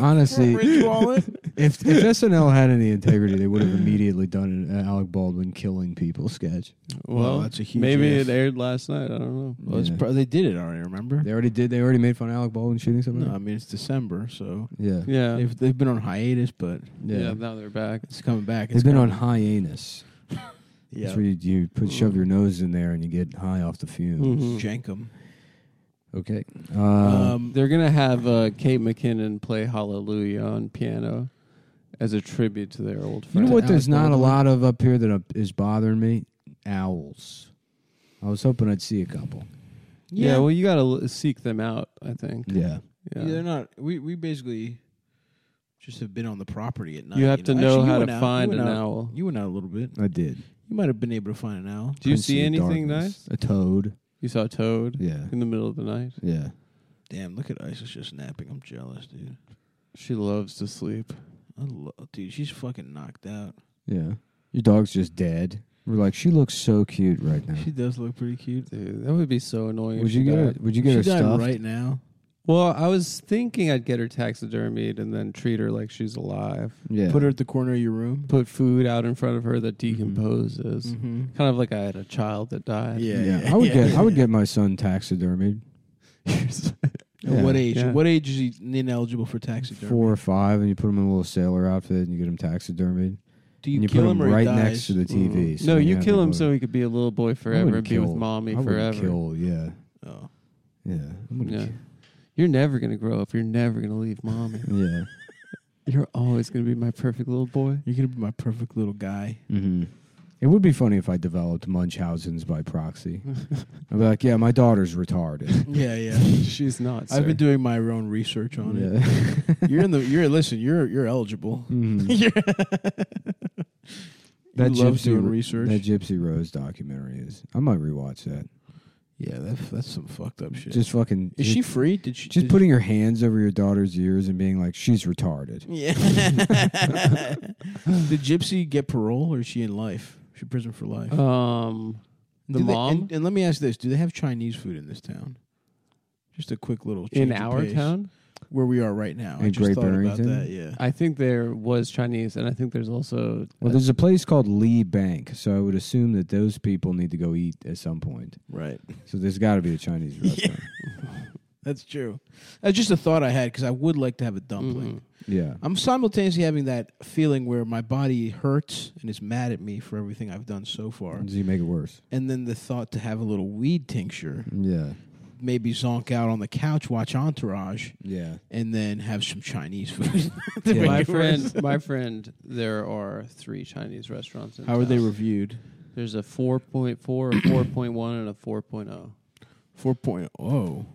[SPEAKER 2] Honestly,
[SPEAKER 3] Rich wallet.
[SPEAKER 2] if if SNL had any integrity, they would have immediately done an Alec Baldwin killing people sketch.
[SPEAKER 1] well,
[SPEAKER 3] that's a huge
[SPEAKER 1] Maybe
[SPEAKER 3] if.
[SPEAKER 1] it aired last night. I don't know.
[SPEAKER 3] Well, it's
[SPEAKER 2] Yeah.
[SPEAKER 3] pro- they did it already. Remember?
[SPEAKER 2] They already did. They already made fun of Alec Baldwin shooting somebody.
[SPEAKER 3] No, I mean it's December, so
[SPEAKER 2] Yeah,
[SPEAKER 1] Yeah.
[SPEAKER 3] they've, they've been on hiatus, but
[SPEAKER 1] yeah,
[SPEAKER 2] yeah.
[SPEAKER 1] Now they're back.
[SPEAKER 3] it's coming back.
[SPEAKER 2] They've
[SPEAKER 3] It's
[SPEAKER 2] been on
[SPEAKER 3] coming.
[SPEAKER 2] hiatus. That's
[SPEAKER 3] Yeah. Mm.
[SPEAKER 2] where you, you put shove your nose in there and you get high off the fume.
[SPEAKER 1] Hmm. Mm-hmm.
[SPEAKER 3] Jankum.
[SPEAKER 2] Okay. Uh,
[SPEAKER 3] Um,
[SPEAKER 1] They're gonna have uh, Kate McKinnon play Hallelujah on piano as a tribute to their old
[SPEAKER 2] you
[SPEAKER 1] friend.
[SPEAKER 2] know what? There's
[SPEAKER 3] Alec
[SPEAKER 2] not a
[SPEAKER 3] Baldwin.
[SPEAKER 2] lot of up here that uh, is bothering me. Owls. I was hoping I'd see a couple.
[SPEAKER 1] Yeah.
[SPEAKER 3] yeah,
[SPEAKER 1] well, you gotta l- seek them out. I think.
[SPEAKER 2] Yeah.
[SPEAKER 1] Yeah.
[SPEAKER 3] they're not. We we basically just have been on the property at night.
[SPEAKER 1] you have to
[SPEAKER 3] know?
[SPEAKER 1] know
[SPEAKER 3] Actually, you
[SPEAKER 1] how
[SPEAKER 3] went
[SPEAKER 1] to
[SPEAKER 3] out-
[SPEAKER 1] find
[SPEAKER 3] you
[SPEAKER 1] an
[SPEAKER 3] went out-
[SPEAKER 1] owl.
[SPEAKER 3] You went out a little bit.
[SPEAKER 2] I did.
[SPEAKER 3] You might have been able to find an owl.
[SPEAKER 1] Do you
[SPEAKER 2] Couldn't
[SPEAKER 1] see
[SPEAKER 2] the
[SPEAKER 1] anything
[SPEAKER 2] darkness. A toad.
[SPEAKER 1] You saw a toad
[SPEAKER 2] Yeah.
[SPEAKER 1] in the middle of the night.
[SPEAKER 2] Yeah.
[SPEAKER 3] Damn, look at Isis just napping. I'm jealous, dude.
[SPEAKER 1] She loves to sleep.
[SPEAKER 3] I love, dude. She's fucking knocked out.
[SPEAKER 2] Yeah. Your dog's just dead. We're like, she looks so cute right now.
[SPEAKER 3] She does look pretty cute.
[SPEAKER 1] Dude, that would be so annoying. if
[SPEAKER 2] Would you
[SPEAKER 1] she
[SPEAKER 2] get her?
[SPEAKER 1] died.
[SPEAKER 2] Would you get
[SPEAKER 3] she
[SPEAKER 2] her
[SPEAKER 3] died
[SPEAKER 2] stuffed?
[SPEAKER 3] right now.
[SPEAKER 1] Well, I was thinking I'd get her taxidermied and then treat her like she's alive.
[SPEAKER 2] Yeah.
[SPEAKER 3] Put her at the corner of your room.
[SPEAKER 1] Put food out in front of her that decomposes.
[SPEAKER 3] Mm-hmm.
[SPEAKER 1] Kind of like I had a child that died.
[SPEAKER 3] Yeah,
[SPEAKER 2] Yeah.
[SPEAKER 3] yeah,
[SPEAKER 2] I would
[SPEAKER 3] yeah,
[SPEAKER 2] get. I would
[SPEAKER 3] yeah.
[SPEAKER 2] get my son taxidermied.
[SPEAKER 3] At
[SPEAKER 2] Yeah.
[SPEAKER 3] what age?
[SPEAKER 1] Yeah.
[SPEAKER 3] What age is he ineligible for taxidermy?
[SPEAKER 2] Four or five, and you put him in a little sailor outfit, and you get him taxidermied.
[SPEAKER 3] Do you,
[SPEAKER 2] and you
[SPEAKER 3] kill
[SPEAKER 2] put
[SPEAKER 3] him or he
[SPEAKER 2] right
[SPEAKER 3] dies?
[SPEAKER 2] next to the TV.
[SPEAKER 1] Mm-hmm. no,
[SPEAKER 2] so
[SPEAKER 1] you
[SPEAKER 2] have
[SPEAKER 1] kill
[SPEAKER 2] to
[SPEAKER 1] him
[SPEAKER 2] put-
[SPEAKER 1] so he could be a little boy
[SPEAKER 2] I
[SPEAKER 1] forever and
[SPEAKER 2] wouldn't
[SPEAKER 1] be with
[SPEAKER 2] kill-
[SPEAKER 1] mommy
[SPEAKER 2] I wouldn't
[SPEAKER 1] forever.
[SPEAKER 2] Kill. Yeah.
[SPEAKER 3] Oh.
[SPEAKER 2] Yeah. I wouldn't
[SPEAKER 1] Yeah. You're never gonna grow up. You're never gonna leave mommy.
[SPEAKER 2] kill- Yeah.
[SPEAKER 1] You're always gonna be my perfect little boy.
[SPEAKER 3] You're gonna be my perfect little guy.
[SPEAKER 2] Mm-hmm. It would be funny if I developed Munchausen's by proxy. I'd be like, yeah, my daughter's retarded.
[SPEAKER 3] Yeah, yeah.
[SPEAKER 1] She's not.
[SPEAKER 3] I've been
[SPEAKER 1] sir.
[SPEAKER 3] doing my own research on it.
[SPEAKER 2] Yeah.
[SPEAKER 3] You're in the. You're listen. You're you're eligible.
[SPEAKER 2] Mhm.
[SPEAKER 3] That
[SPEAKER 2] That
[SPEAKER 3] you love
[SPEAKER 2] gypsy
[SPEAKER 3] doing
[SPEAKER 2] re-
[SPEAKER 3] research.
[SPEAKER 2] That Gypsy Rose documentary is. I might rewatch that.
[SPEAKER 3] yeah, that, that's some fucked up shit.
[SPEAKER 2] Just fucking.
[SPEAKER 3] is
[SPEAKER 2] just,
[SPEAKER 3] she free? Did she
[SPEAKER 2] just
[SPEAKER 3] did-
[SPEAKER 2] putting your hands over your daughter's ears and being like, "She's retarded."
[SPEAKER 3] Yeah. did Gypsy get parole or is she in life? She prison for life.
[SPEAKER 1] Um, the
[SPEAKER 3] Do they-
[SPEAKER 1] mom
[SPEAKER 3] and, and let me ask this: Do they have Chinese food in this town? Just a quick little change
[SPEAKER 1] in
[SPEAKER 3] of
[SPEAKER 1] our
[SPEAKER 3] pace.
[SPEAKER 1] town.
[SPEAKER 3] where we are right now. I
[SPEAKER 2] In
[SPEAKER 3] just
[SPEAKER 2] Great
[SPEAKER 3] thought
[SPEAKER 2] Barrington?
[SPEAKER 3] about that. Yeah.
[SPEAKER 1] I think there was Chinese, and I think there's also
[SPEAKER 2] Well, there's a place called Lee Bank, so I would assume that those people need to go eat at some point.
[SPEAKER 3] Right.
[SPEAKER 2] So there's got to be a Chinese restaurant.
[SPEAKER 3] That's true. That's just a thought I had because I would like to have a
[SPEAKER 1] Mm-hmm.
[SPEAKER 3] dumpling.
[SPEAKER 2] Yeah.
[SPEAKER 3] I'm simultaneously having that feeling where my body hurts and is mad at me for everything I've done so far.
[SPEAKER 2] Does he make it worse?
[SPEAKER 3] And then the thought to have a little weed tincture,
[SPEAKER 2] Yeah.
[SPEAKER 3] maybe zonk out on the couch, watch Entourage,
[SPEAKER 2] Yeah.
[SPEAKER 3] and then have some Chinese food. To
[SPEAKER 2] Yeah.
[SPEAKER 3] make
[SPEAKER 1] my
[SPEAKER 3] it worse.
[SPEAKER 1] friend, my friend, there are three Chinese restaurants. In
[SPEAKER 3] How are they
[SPEAKER 1] town.
[SPEAKER 3] reviewed?
[SPEAKER 1] There's a 4.4, a 4.1, and a 4.0.
[SPEAKER 3] 4.0.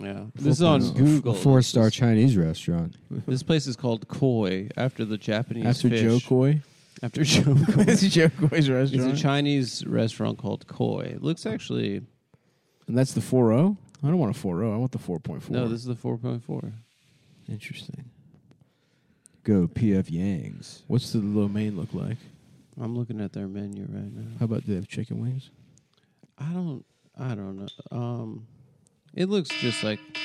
[SPEAKER 1] Yeah, this is on Google.
[SPEAKER 2] oh. Four star Chinese restaurant.
[SPEAKER 1] This place is called Koi after the Japanese
[SPEAKER 3] After
[SPEAKER 1] fish.
[SPEAKER 3] Joe Coy.
[SPEAKER 1] After Joe. Koi.
[SPEAKER 3] That's Joe Coy's
[SPEAKER 1] it's a
[SPEAKER 3] restaurant.
[SPEAKER 1] Chinese restaurant called Koi. It looks actually
[SPEAKER 3] and that's the 4.0? I don't want a 4.0. I want the 4.4.
[SPEAKER 1] no. This is the 4.4.
[SPEAKER 3] Interesting.
[SPEAKER 2] Go PF Yang's.
[SPEAKER 3] What's the lo mein look like?
[SPEAKER 1] I'm looking at their menu right now.
[SPEAKER 3] How about do they have chicken wings?
[SPEAKER 1] I don't. I don't know. Um, it looks just like